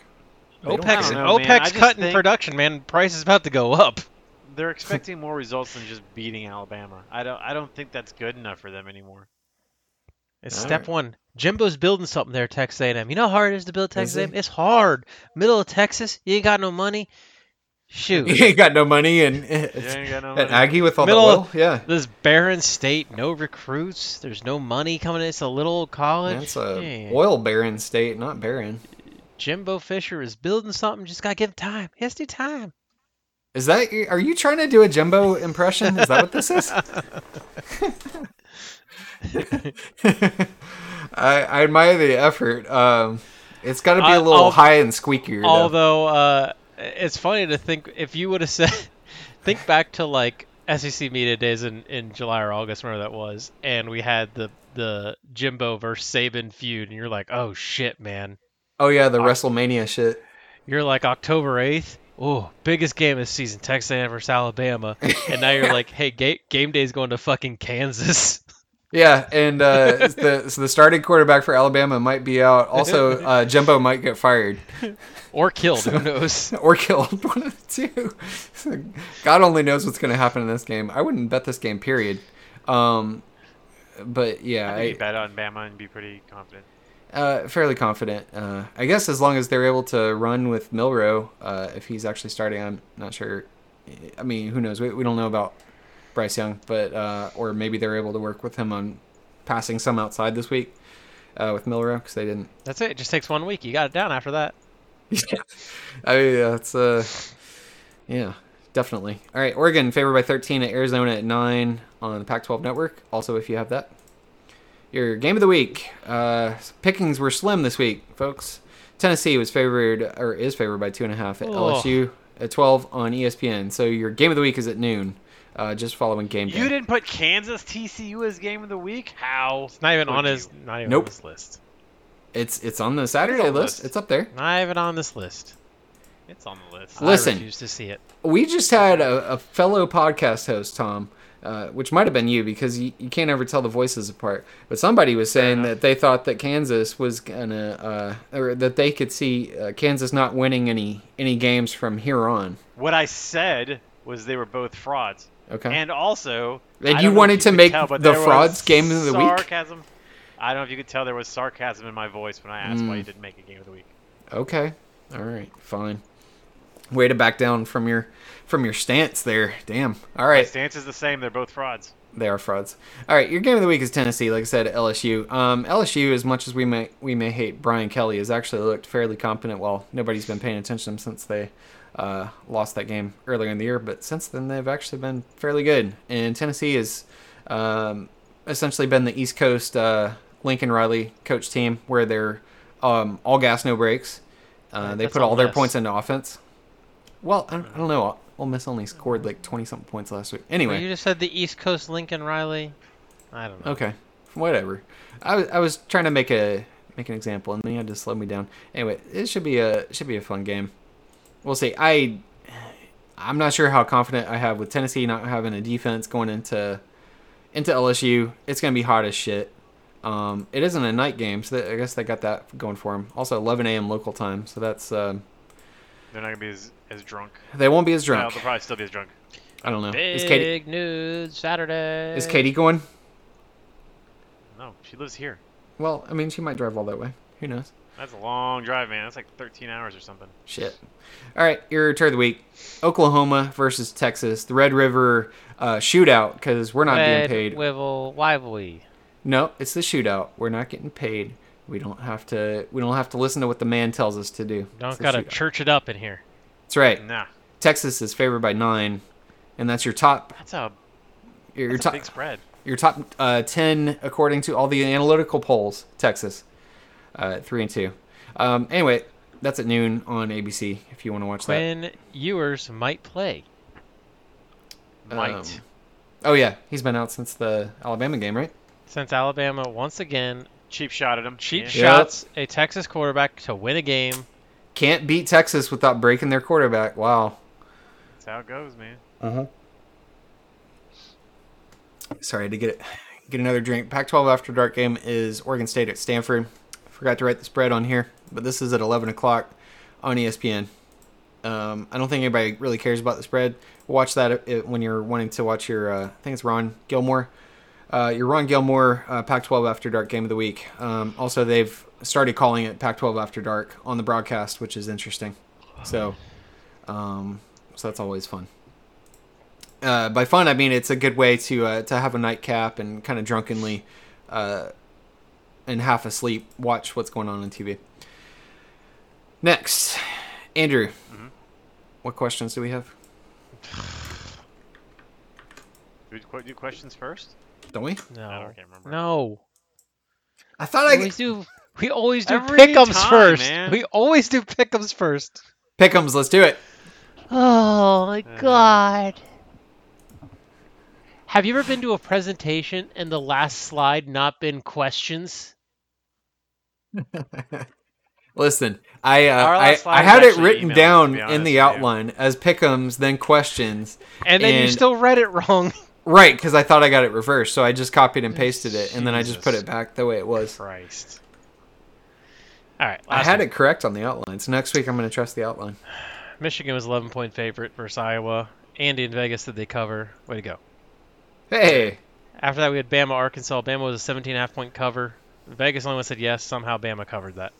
S1: They don't
S2: OPEC's
S1: count.
S3: I don't know, man. I
S2: OPEC's
S3: just
S2: cutting
S3: think-
S2: production, man. Price is about to go up.
S3: they're expecting more results than just beating Alabama. I don't. I don't think that's good enough for them anymore.
S2: It's
S1: All
S2: step
S1: right.
S2: one. Jimbo's building something there, Texas A&M. You know how hard it is to build Texas
S1: he?
S2: A&M? It's hard. Middle of Texas, you ain't got no money. Shoot.
S1: you ain't got no money and
S3: You ain't got no
S1: That
S3: money.
S1: Aggie with all
S2: Middle-
S1: the oil, yeah.
S2: this barren state, no recruits. There's no money coming in. It's a little old college.
S1: That's a
S2: Yeah.
S1: oil baron state, not barren.
S2: Jimbo Fisher is building something. Just gotta give him time. He has to do time.
S1: Is that? Are you trying to do a Jimbo impression? Is that what this is? I, I admire the effort. Um, it's got to be
S2: I-
S1: a little
S2: I'll-
S1: high and squeakier. though.
S2: Although uh, it's funny to think if you would have said, think back to like SEC media days in, in July or August, whenever that was, and we had the the Jimbo versus Saban feud, and you're like, oh shit, man.
S1: oh yeah, the WrestleMania shit.
S2: You're like October eighth. Oh, biggest game of the season, Texas A&M versus Alabama, and now you're like, hey, ga- game day's going to fucking Kansas.
S1: Yeah, and uh, it's the so the starting quarterback for Alabama might be out. Also, uh, Jimbo might get fired
S2: Or killed, who knows?
S1: or killed. One of the two. God only knows what's going to happen in this game. I wouldn't bet this game. Period. Um, but yeah,
S3: I think
S1: I,
S3: you bet on Bama and be pretty confident.
S1: Uh, fairly confident. Uh, I guess as long as they're able to run with Milrow, uh, if he's actually starting, I'm not sure. I mean, who knows? We, we don't know about Bryce Young, but uh, or maybe they're able to work with him on passing some outside this week uh, with Milrow because they didn't.
S2: That's it. It just takes one week. You got it down after that.
S1: I mean, yeah, it's uh, yeah, definitely. All right, Oregon favored by 13 at Arizona at nine on the Pac-12 network. Also, if you have that, your game of the week. Uh, pickings were slim this week, folks. Tennessee was favored or is favored by two and a half at
S2: Oh.
S1: LSU at 12 on E ESPN. So your game of the week is at noon, uh, just following game day.
S3: You didn't put Kansas TCU as game of the week? How?
S2: It's not even
S3: Would
S2: on
S3: you?
S2: his not even
S1: Nope.
S2: on this list.
S1: It's it's on the Saturday
S3: It's on the
S1: list.
S3: list.
S1: It's up there.
S2: Not even on this list.
S3: It's on the list.
S1: Listen.
S2: I refuse to see it.
S1: we just had a, a fellow podcast host, Tom, uh, which might have been you because you, you can't ever tell the voices apart. But somebody was saying that they thought that Kansas was gonna, uh, or that they could see uh, Kansas not winning any any games from here on.
S3: What I said was they were both frauds.
S1: Okay.
S3: And also,
S1: And
S3: I
S1: you
S3: don't know
S1: wanted
S3: if
S1: to
S3: could
S1: make
S3: tell, but
S1: the
S3: there was
S1: frauds game of the week?
S3: Sarcasm. I don't know if you could tell there was sarcasm in my voice when I asked why you
S1: Hmm.
S3: didn't make a game of the week.
S1: okay. All right. Fine. Way to back down from your from your stance there. Damn. All
S3: My
S1: right.
S3: stance is the same. They're both frauds.
S1: they are frauds. All right, your game of the week is Tennessee. Like I said, LSU. Um, LSU, as much as we may we may hate Brian Kelly, has actually looked fairly competent. Well, nobody's been paying attention to him since they uh, lost that game earlier in the year, but since then they've actually been fairly good. And Tennessee has um, essentially been the East Coast uh, Lincoln Riley coach team, where they're Um, all gas, no brakes. Uh,
S2: Right,
S1: they
S2: that's
S1: put all
S2: Ole
S1: their
S2: Miss.
S1: points into offense. Well, I don't, I don't know. Ole Miss only
S2: Mm-hmm.
S1: scored like twenty something points last week. Anyway,
S2: You just said the East Coast Lincoln Riley. I don't know.
S1: Okay, whatever. I was I was trying to make a make an example, and then you had to slow me down. Anyway, it should be a should be a fun game. We'll see. I I'm not sure how confident I have with Tennessee not having a defense going into into LSU. It's gonna be hot as shit. Um, it isn't a night game, so that, I guess they got that going for them. Also, 11 a.m. local time, so that's um
S3: They're not gonna be as, as drunk.
S1: they won't be as
S3: No,
S1: drunk.
S3: they'll probably still be as drunk.
S1: I don't know.
S2: Big
S1: Is Katie
S2: news Saturday.
S1: is Katie going?
S3: No, she lives here.
S1: Well, I mean, she might drive all that way. Who knows?
S3: That's a long drive, man. That's like 13 hours or something.
S1: Shit. All right, your turn of the week. Oklahoma versus Texas, the Red River uh, shootout, because we're not being
S2: Red
S1: paid.
S2: Wivel Wively.
S1: no, it's the shootout. We're not getting paid. We don't have to. We don't have to listen to what the man tells us to do. It's
S2: Don't
S1: the
S2: gotta
S1: shootout.
S2: church it up in here.
S1: That's right.
S3: Nah,
S1: Texas is favored by nine, and that's your top.
S3: that's a,
S1: Your
S3: that's a
S1: top.
S3: big spread.
S1: Your top uh, ten according to all the analytical polls. Texas, uh, three and two. Um, anyway, that's at noon on ABC. If you want to watch that.
S2: Quinn Ewers might play.
S3: Might.
S1: Um, Oh yeah, he's been out since the Alabama game, right?
S2: Since Alabama once again
S3: Cheap shot at him.
S2: cheap
S3: Yeah.
S2: shots a Texas quarterback to win a game.
S1: Can't beat Texas without breaking their quarterback. Wow.
S3: That's how it goes, man.
S1: Sorry to get it. Get another drink. Pac-12 after dark game is Oregon State at Stanford. Forgot to write the spread on here, but this is at 11 o'clock on E ESPN. Um, I don't think anybody really cares about the spread. Watch that i- i- when you're wanting to watch your. Uh, I think it's Ron Gilmore. Uh, your Ron Gilmore uh, Pac-12 After Dark game of the week. Um, also, they've started calling it Pac-12 After Dark on the broadcast, which is interesting. So, um, so that's always fun. Uh, by fun, I mean it's a good way to uh, to have a nightcap and kind of drunkenly, uh, and half asleep, watch what's going on on TV. Next, Andrew,
S3: Mm-hmm.
S1: what questions do we have?
S3: Do, we qu- do questions first?
S1: Don't we?
S3: I
S2: No.
S3: don't can't remember.
S2: No.
S1: I thought
S2: We
S1: I
S2: always do we always do
S3: Every
S2: pick'ems
S3: time,
S2: first.
S3: man.
S2: We always do pick'ems first.
S1: pickums. Let's do it.
S2: Oh my
S3: Uh.
S2: god. Have you ever been to a presentation and the last slide not been questions?
S1: Listen, I uh,
S3: Our
S1: I,
S3: last slide
S1: I
S3: was
S1: had it
S3: actually
S1: written
S3: emails, to
S1: down
S3: be
S1: in
S3: honest with
S1: the
S3: you.
S1: outline as pickums, then questions.
S2: And then you
S1: And-
S2: still read it wrong.
S1: Right, because I thought I got it reversed, so I just copied and pasted it, and then I just
S2: Jesus.
S1: put it back the way it was.
S2: Christ. All right.
S1: I
S2: last
S1: had
S2: one.
S1: it correct on the outline, so next week I'm going to trust the outline.
S2: Michigan was 11 point favorite versus Iowa. Andy in Vegas did they cover? Way to go.
S1: Hey,
S2: After that, we had Bama, Arkansas. Bama was a 17 and a half point cover. Vegas only said yes. Somehow Bama covered that.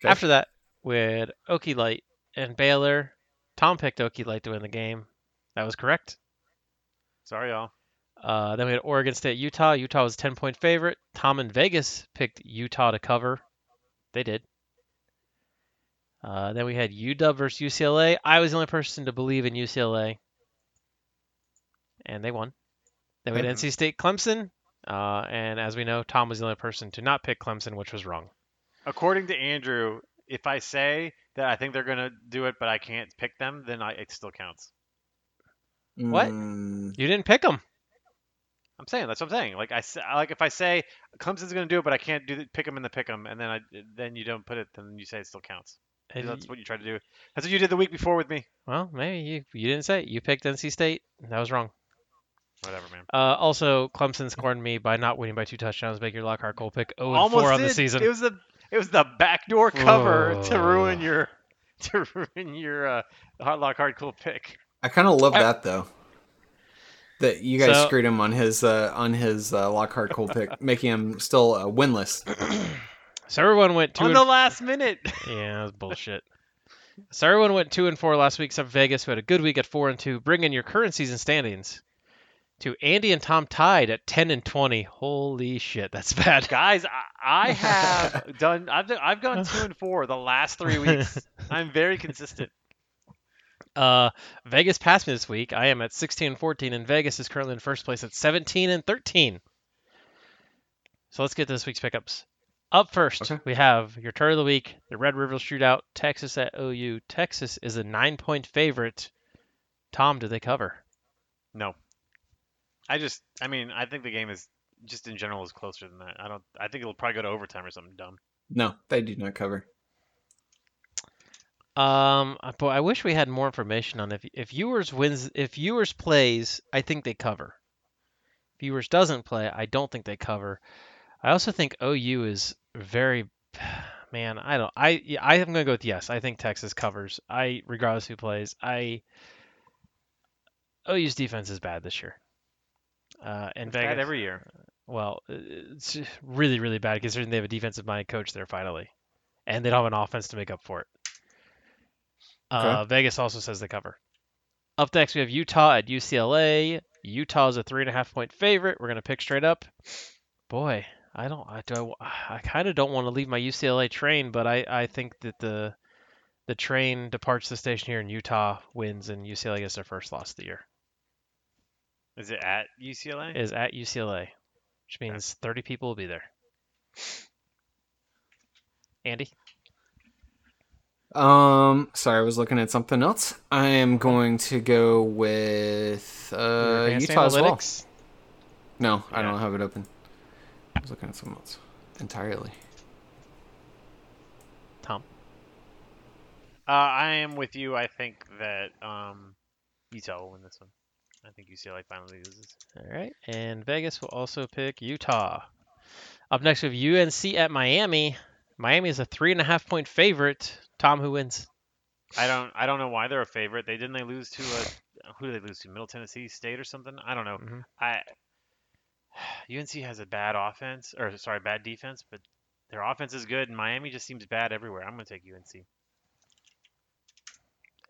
S1: Okay.
S2: After that, we had Okie Light and Baylor. Tom picked Okie Light to win the game. That was correct.
S3: Sorry, y'all.
S2: Uh, then we had Oregon State, Utah. Utah was a 10 point favorite. Tom and Vegas picked Utah to cover. They did. Uh, then we had UW versus UCLA. I was the only person to believe in UCLA. And they won. Then we had
S1: Mhm.
S2: NC State, Clemson. Uh, and as we know, Tom was the only person to not pick Clemson, which was wrong.
S3: According to Andrew, if I say that I think they're gonna do it, but I can't pick them, then I, it still counts.
S2: What?
S1: Mm,
S2: You didn't pick them.
S3: I'm saying that's what I'm saying. Like I s- like if I say Clemson's gonna do it, but I can't do the, pick them in the pick them, and then I then you don't put it, then you say it still counts. That's what you tried to do. That's what you did the week before with me.
S2: Well, maybe you, you didn't say it. You picked NC State. and That was wrong.
S3: Whatever, man.
S2: Uh, also, Clemson scorned me by not winning by two touchdowns. Make your Lockhart goal pick 0 and
S3: Almost
S2: 4 on
S3: did.
S2: the season. Oh.
S3: It was the it was the backdoor cover to ruin
S2: Ugh.
S3: your to ruin your uh, hard lock hard cool pick.
S1: I kind of love
S2: I-
S1: that though. That you guys
S2: So-
S1: screwed him on his uh, on his uh, Lockhart cold pick, making him still uh, winless.
S2: So everyone went two.
S3: on
S2: and...
S3: the last minute.
S2: Yeah, that was bullshit. so everyone went two and four last week, except Vegas, who had a good week at four and two. Bring in your current season standings to Andy and Tom tied at ten and twenty. Holy shit, that's bad.
S3: Guys, I, I have done. I've done, I've gone two and four the last three weeks. I'm very consistent.
S2: Uh, Vegas passed me this week. I am at sixteen and fourteen, and Vegas is currently in first place at seventeen and thirteen. So let's get to this week's pickups. Up first,
S1: Okay.
S2: we have your turn of the week, the Red River Shootout, Texas at OU. Texas is a nine-point favorite. Tom, do they cover?
S3: No. I just, I mean, I think the game is just in general is closer than that. I don't. I think it'll probably go to overtime or something dumb.
S1: No, they do not cover.
S2: Um, I- boy, I wish we had more information on if if viewers wins if viewers plays, I think they cover. Viewers doesn't play, I don't think they cover. I also think OU is very, man. I don't. I yeah, I am gonna go with yes. I think Texas covers. I regardless who plays. I OU's defense is bad this year. Uh, and
S3: It's bad
S2: Vegas.
S3: every year.
S2: Well, uh, it's really, really bad considering they have a defensive minded coach there finally, and they don't have an offense to make up for it. Uh, Vegas also says they cover. Up next, we have Utah at UCLA. Utah is a three and a half point favorite. We're gonna pick straight up. Boy, I don't. I do. I, kind of don't want to leave my UCLA train, but I, I think that the the train departs the station here, and Utah wins, and UCLA gets their first loss of the year.
S3: Is it at UCLA?
S2: Is at UCLA, which means 30 people will be there. Andy,
S1: Um, sorry, I was looking at something else. I am going to go with uh,
S2: advanced
S1: Utah as well.
S2: analytics.
S1: No, I
S3: Yeah.
S1: don't have it open. I was looking at something else entirely.
S2: Tom,
S3: Uh, I am with you. I think that um, Utah will win this one. I think UCLA finally loses.
S2: all right, and Vegas will also pick Utah. Up next we have UNC at Miami. Miami is a three and a half point favorite. Tom, who wins?
S3: I don't. I don't know why they're a favorite. They didn't they lose to a who did they lose to? Middle Tennessee State or something? I don't know.
S2: Mhm.
S3: I UNC has a bad offense or sorry, bad defense, but their offense is good, and Miami just seems bad everywhere. I'm gonna take UNC.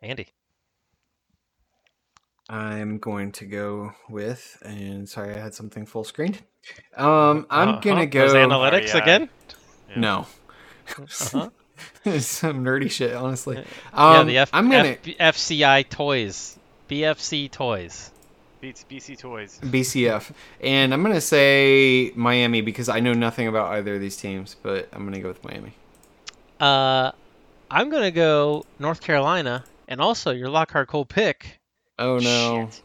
S2: Andy.
S1: I'm going to go with, and sorry, I had something full screened. Um, I'm
S2: Uh-huh,
S1: gonna
S2: those
S1: go.
S2: analytics
S3: Sorry, uh,
S2: again.
S3: Yeah.
S1: No,
S2: Uh-huh.
S1: some nerdy shit, honestly.
S2: yeah,
S1: Um,
S2: the F-
S1: I'm gonna
S2: F- FCI toys, BFC toys.
S3: Beats BC Toys.
S1: BCF, and I'm gonna say Miami because I know nothing about either of these teams, but I'm gonna go with Miami.
S2: Uh, I'm gonna go North Carolina, and also your Lockhart Cole pick.
S1: Oh no!
S2: Shit.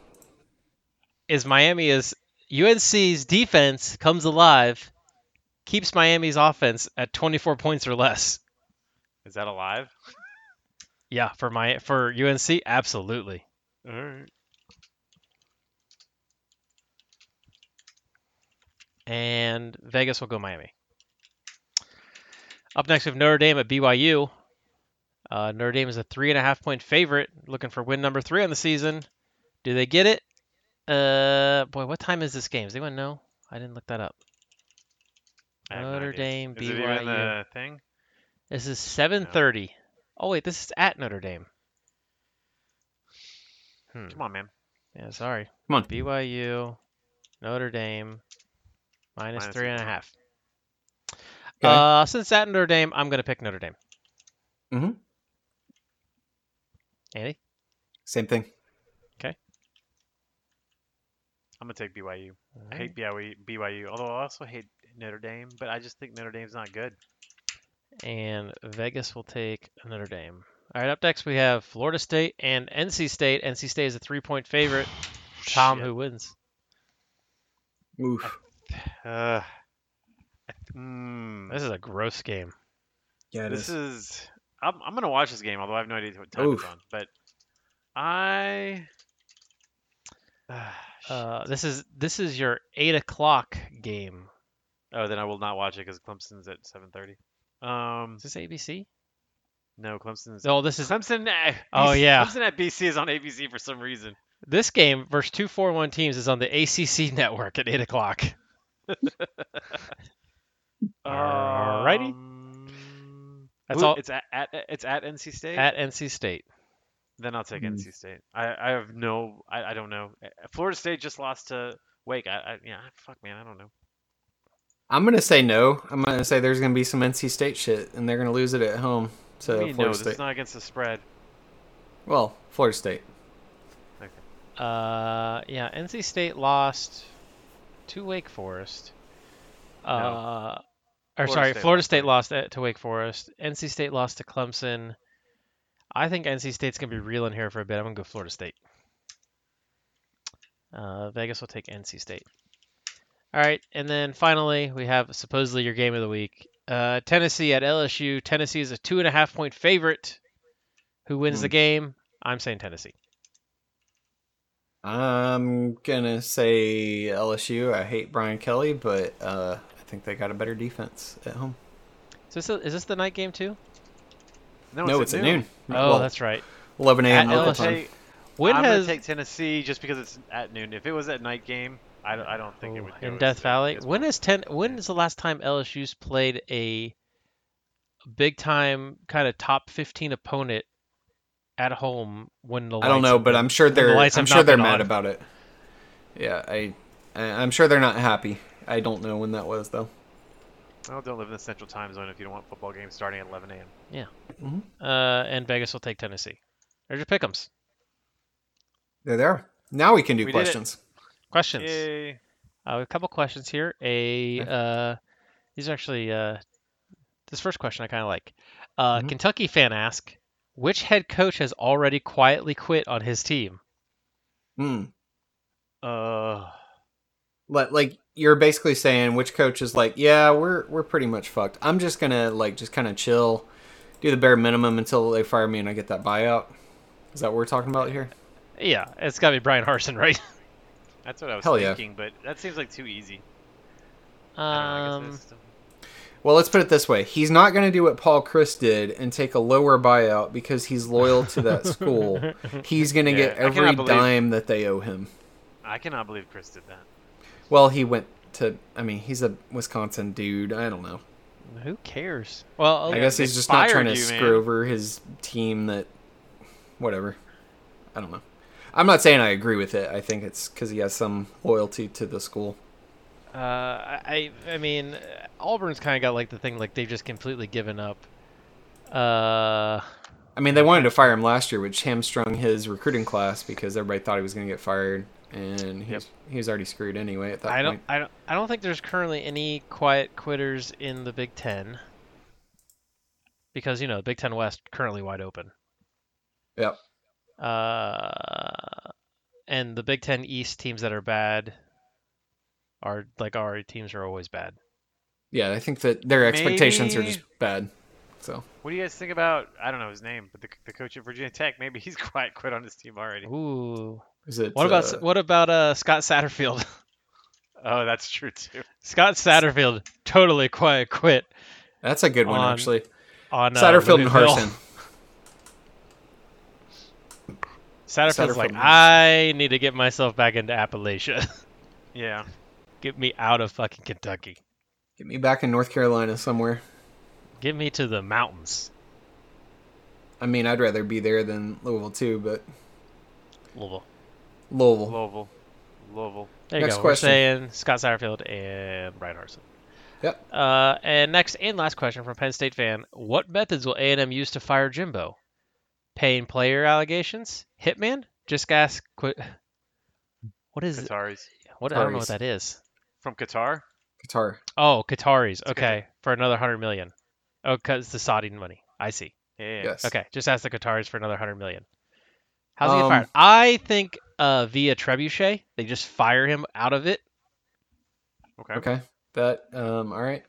S2: Is Miami is UNC's defense comes alive, keeps Miami's offense at 24 points or less.
S3: Is that alive?
S2: Yeah, for my for UNC, absolutely.
S3: All right.
S2: And Vegas will go Miami. Up next, we have Notre Dame at BYU. Uh, Notre Dame is a three and a half point favorite, looking for win number three on the season. Do they get it? Uh, boy, what time is this game? Does anyone know? I didn't look that up.
S3: I have no
S2: Notre
S3: idea.
S2: Dame,
S3: Is it even
S2: BYU.
S3: the thing?
S2: This is 7:30. Oh wait, this is at Notre Dame. Hmm.
S3: Come on, man.
S2: Yeah, sorry.
S1: Come on.
S2: BYU, Notre Dame, minus,
S3: Minus
S2: three and a
S3: one.
S2: half.
S1: Okay.
S2: Uh, since at Notre Dame, I'm gonna pick Notre Dame.
S1: Mhm.
S2: Andy,
S1: Same thing.
S3: I'm gonna take BYU. I
S2: Alright.
S3: hate BYU, BYU, although I also hate Notre Dame, but I just think Notre Dame's not good.
S2: and Vegas will take Notre Dame. All right, up next we have Florida State and NC State. NC State is a three-point favorite. Tom,
S3: Shit.
S2: who wins?
S1: Oof.
S3: Uh, I th- mm,
S2: This is a gross game.
S1: Yeah,
S3: this is. I'm, I'm gonna watch this game, although I have no idea what time
S1: Oof.
S3: it's on. But I. ah,
S2: Uh, this is this is your eight o'clock game.
S3: oh, then I will not watch it because Clemson's at 7:30. Um,
S2: Is this ABC?
S3: no, Clemson's.
S2: No, this is
S3: Clemson. At,
S2: Oh, yeah.
S3: Clemson at BC is on ABC for some reason.
S2: this game versus two four one teams is on the ACC network at eight o'clock. Alrighty.
S3: Um,
S2: That's
S3: who-
S2: all
S3: It's at, at it's at NC State.
S2: at NC State.
S3: Then I'll take
S1: Hmm.
S3: NC State. I, I have no. I, I don't know. Uh, Florida State just lost to Wake. I, I yeah. Fuck man. I don't know.
S1: I'm gonna say no. I'm gonna say there's gonna be some NC State shit, and they're gonna lose it at home to
S3: What do you mean,
S1: Florida
S3: no, this
S1: State.
S3: is not against the spread.
S1: Well, Florida State.
S2: Uh, yeah, NC State lost to Wake Forest. Uh, or
S3: Florida
S2: sorry,
S3: State
S2: Florida
S3: lost,
S2: State
S3: right?
S2: lost at- to Wake Forest. NC State lost to Clemson. I think NC State's gonna be reeling here for a bit. I'm gonna go Florida State. Uh, Vegas will take NC State. All right, and then finally we have supposedly your game of the week: uh, Tennessee at LSU. Tennessee is a two and a half point favorite. Who wins the game? I'm saying Tennessee.
S1: I'm gonna say LSU. I hate Brian Kelly, but uh, I think they got a better defense at home.
S2: Is this, a, is this the night game too?
S1: no, it's, at noon.
S2: Oh,
S1: Well,
S2: that's right.
S1: 11
S2: at
S1: a.m.
S3: I'm,
S1: local
S3: gonna
S2: LSU.
S1: time.
S3: take,
S2: When
S3: I'm
S2: has
S3: gonna take Tennessee just because it's at noon. If it was at night game, I don't, I don't think it
S1: Oh,
S2: Ooh,
S3: would. do
S2: in
S3: it.
S2: Death Valley.
S3: It's-
S2: When is ten? When is the last time LSU's played a big time kind of top fifteen opponent at home? When the
S1: I don't
S2: lights
S1: know,
S2: have
S1: but
S2: been-
S1: I'm sure
S2: when the
S1: they're.
S2: lights
S1: I'm
S2: have
S1: sure
S2: not
S1: they're
S2: been
S1: mad
S2: on.
S1: about it. Yeah, I, I, I'm sure they're not happy. I don't know when that was though.
S3: Well, don't live in the Central Time Zone if you don't want football games starting at 11 a.m.
S2: Uh, and Vegas will take Tennessee. There's your pickems.
S1: There they are. Now we can do
S3: We did it.
S1: questions.
S2: Questions.
S3: Yay!
S2: Uh, a couple questions here. A uh, these are actually uh, this first question I kind of like. Uh,
S1: Mhm.
S2: Kentucky fan ask, which head coach has already quietly quit on his team?
S1: Hmm.
S3: Uh,
S1: Like, like you're basically saying which coach is like, yeah, we're we're pretty much fucked. I'm just gonna like just kind of chill, do the bare minimum until they fire me and I get that buyout. Is that what we're talking about here?
S2: Yeah, it's got to be Brian Harson, right?
S3: that's what I was
S1: Hell yeah.
S3: thinking, but that seems like too easy. I don't know, I guess
S2: Um,
S3: that's something.
S1: Well, let's put it this way: he's not going to do what Paul Chris did and take a lower buyout because he's loyal to that school. He's going to
S3: Yeah,
S1: get
S3: I cannot
S1: every
S3: believe-
S1: dime that they owe him.
S3: I cannot believe Chris did that.
S1: Well, he went to. I mean, he's a Wisconsin dude. I don't know.
S2: Who cares? Well,
S1: I
S2: okay.
S1: guess he's just not
S3: fired
S1: trying to
S3: you,
S1: screw
S3: man.
S1: over his team. That, whatever. I don't know. I'm not saying I agree with it. I think it's because he has some loyalty to the school.
S2: uh, I I mean uh, Auburn's kind of got like the thing like they've just completely given up. Uh,
S1: I mean, they wanted to fire him last year, which hamstrung his recruiting class because everybody thought he was going to get fired, and he's he was already screwed anyway at that
S2: I
S1: point.
S2: don't I don't I don't think there's currently any quiet quitters in the Big Ten because you know the Big Ten West currently wide open.
S1: Yep.
S2: Uh, and the Big Ten East teams that are bad are like our teams are always bad.
S1: Yeah, I think that their expectations are
S3: Maybe-
S1: just bad. So
S3: What do you guys think about? I don't know his name, but the, the coach at Virginia Tech. Maybe he's quite quit on his team already.
S2: Ooh.
S1: is it?
S2: What about
S1: uh,
S2: S- what about uh Scott Satterfield?
S3: Oh, that's true too.
S2: Scott Satterfield totally quiet quit
S1: that's a good one
S2: on-
S1: actually.
S2: on uh,
S1: Satterfield and
S2: Louisville.
S1: Harson.
S2: Satterfield's
S1: Satterfield
S2: like,
S1: and
S2: I need to get myself back into Appalachia.
S3: Yeah.
S2: get me out of fucking Kentucky.
S1: Get me back in North Carolina somewhere.
S2: Get me to the mountains.
S1: I mean, I'd rather be there than Louisville too, but
S2: Louisville.
S1: Louisville.
S3: Louisville. Louisville.
S2: There you
S1: Next
S2: go.
S1: question.
S2: We're saying Scott Satterfield and Brian Harson.
S1: Yep.
S2: Uh, and next and last question from Penn State fan: What methods will A&M use to fire Jimbo? Paying player allegations? Hitman? Just ask. Qu- what is?
S3: Qataris
S2: What I don't know
S1: Qataris.
S2: what that is.
S3: from Qatar.
S1: Guitar.
S2: Oh, Qataris.
S3: Qata-
S2: Okay, for another hundred million. Oh, cause the Saudi money. I see.
S3: Yeah.
S1: Yes.
S2: Okay, just ask the Qataris for another hundred million. How's he get
S1: Um,
S2: fired? I think uh, via Trebuchet, they just fire him out of it.
S3: Okay.
S1: Okay. That. Um. All right.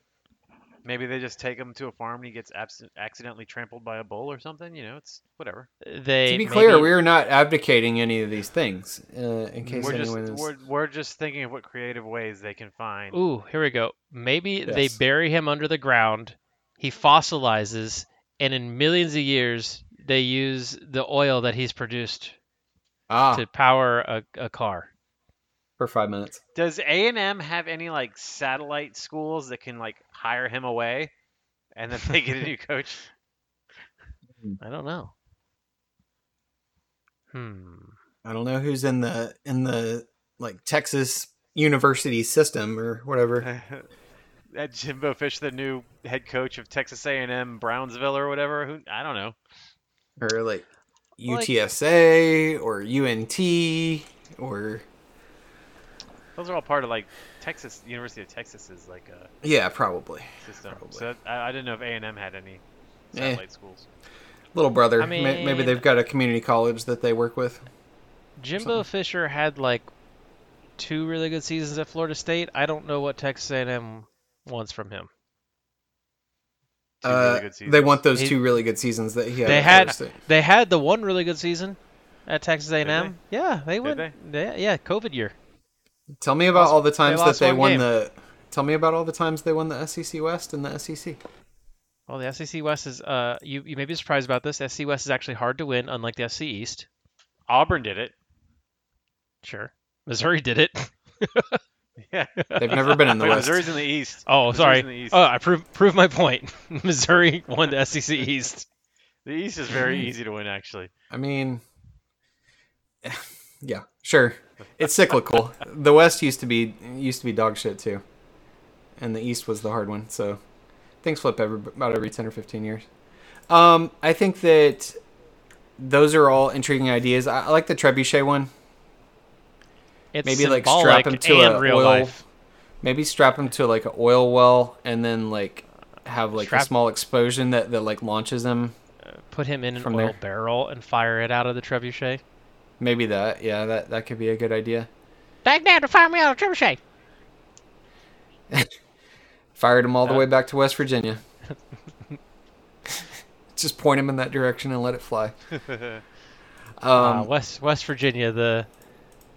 S3: Maybe they just take him to a farm and he gets abs- accidentally trampled by a bull or something. You know, it's whatever.
S2: They
S1: to be clear,
S2: maybe-
S1: we are not advocating any of these things. Uh, in case
S3: We're just
S1: anyone is.
S3: we're, we're just thinking of what creative ways they can find.
S2: Ooh, here we go. Maybe they
S1: Yes.
S2: bury him under the ground. He fossilizes, and in millions of years, they use the oil that he's produced
S1: Ah,
S2: to power a, a car.
S1: for five minutes.
S3: Does A and M have any like satellite schools that can like hire him away, and then they get a new coach?
S2: I don't know. Hmm.
S1: I don't know who's in the in the like Texas university system or whatever.
S3: that Jimbo Fish, the new head coach of Texas A&M Brownsville or whatever. Who I don't know.
S1: or like
S2: Like-
S1: UTSA or UNT or
S3: Those are all part of like Texas University of Texas's like uh,
S1: Yeah, probably.
S3: system.
S1: Probably.
S3: So I, I didn't know if A and M had any
S1: Eh.
S3: satellite schools.
S1: Little brother.
S2: I
S1: May- maybe
S2: mean-
S1: they've got a community college that they work with.
S2: Jimbo Fisher had like two really good seasons at Florida State. I don't know what Texas A&M wants from him.
S3: Two
S1: Uh,
S3: really good
S1: they
S3: seasons.
S1: want those
S2: He-
S1: two really good seasons that he had.
S2: they
S1: at Florida
S2: had
S1: State.
S2: they had the one really good season at Texas A&M. Yeah, they
S3: Did
S2: went. yeah, yeah, COVID year.
S1: Tell me about all the times that
S2: lost
S1: they
S2: one
S1: won
S2: game.
S1: the. Tell me about all the times they won the SEC West and the E SEC.
S2: Well, the SEC West is uh, you you may be surprised about this. SEC West is actually hard to win, unlike the SEC East.
S3: Auburn did it.
S2: Sure, Missouri did it.
S3: Yeah,
S1: They've never been in the
S3: Wait,
S1: West.
S3: Missouri's in the East.
S2: Oh,
S3: Missouri's
S2: sorry.
S3: in the East.
S2: Oh, I prove prove my point. Missouri won the SEC East.
S3: The East is very easy to win, actually.
S1: I mean, yeah, sure. It's cyclical. the West used to be used to be dog shit too, and the East was the hard one. So things flip every, about every ten or fifteen years. Um, I think that those are all intriguing ideas. I, I like the trebuchet one.
S2: It's
S1: Maybe, like, strap
S2: symbolic
S1: him to
S2: and
S1: a
S2: real
S1: oil-
S2: life.
S1: Maybe strap him to like an oil well, and then like have like a
S2: Strap-
S1: small explosion that that like launches him.
S2: Put him in an
S1: from
S2: oil
S1: there.
S2: barrel and fire it out of the trebuchet.
S1: Maybe that. Yeah, that that could be a good idea.
S2: Back down to fire me out of trebuchet.
S1: Fired him all the
S2: Uh,
S1: way back to West Virginia. Just point him in that direction and let it fly.
S2: Uh,
S1: Um,
S2: West West Virginia, the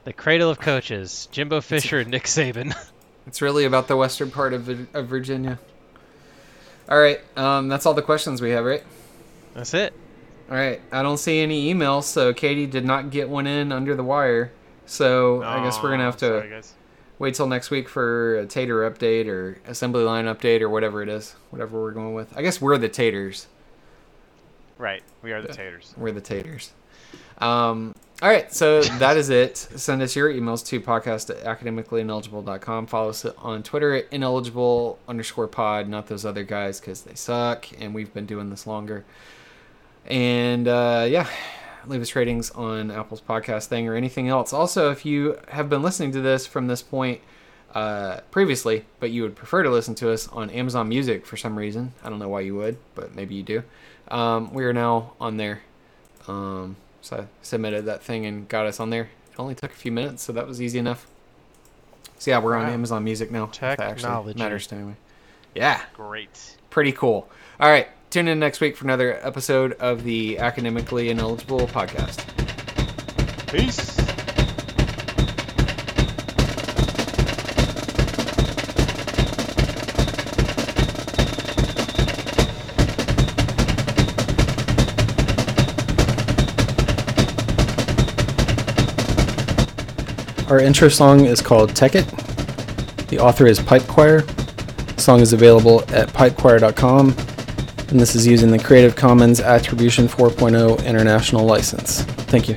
S2: the cradle of coaches, Jimbo Fisher and Nick Saban.
S1: it's really about the western part of, Vir- of Virginia. All right, um, that's all the questions we have, right?
S2: That's it.
S1: All right, I don't see any emails, so Katie did not get one in under the wire. So I guess we're gonna
S3: Oh,
S1: have to
S3: sorry, guys.
S1: wait till next week for a tater update or assembly line update or whatever it is, whatever we're going with. I guess we're the taters.
S3: Right, we are the taters.
S1: We're the taters. Um, all right, so that is it. Send us your emails to podcast at academicallyineligible.com. Follow us on Twitter at ineligible underscore pod, not those other guys because they suck and we've been doing this longer. And uh, yeah, leave us ratings on Apple's podcast thing or anything else. Also, if you have been listening to this from this point uh, previously, but you would prefer to listen to us on Amazon Music for some reason, I don't know why you would, but maybe you do. Um, we are now on there. Um, so I submitted that thing and got us on there. It only took a few minutes, so that was easy enough. So yeah, we're on
S2: Wow.
S1: Amazon Music now. if that actually
S2: Technology.
S1: matters to me. Yeah
S3: Great.
S1: pretty cool. All right, tune in next week for another episode of the Academically Ineligible podcast.
S3: Peace.
S1: Our intro song is called Tech It. The author is Pipe Choir. The song is available at pipechoir.com, and this is using the Creative Commons Attribution 4.0 International oh License. Thank you.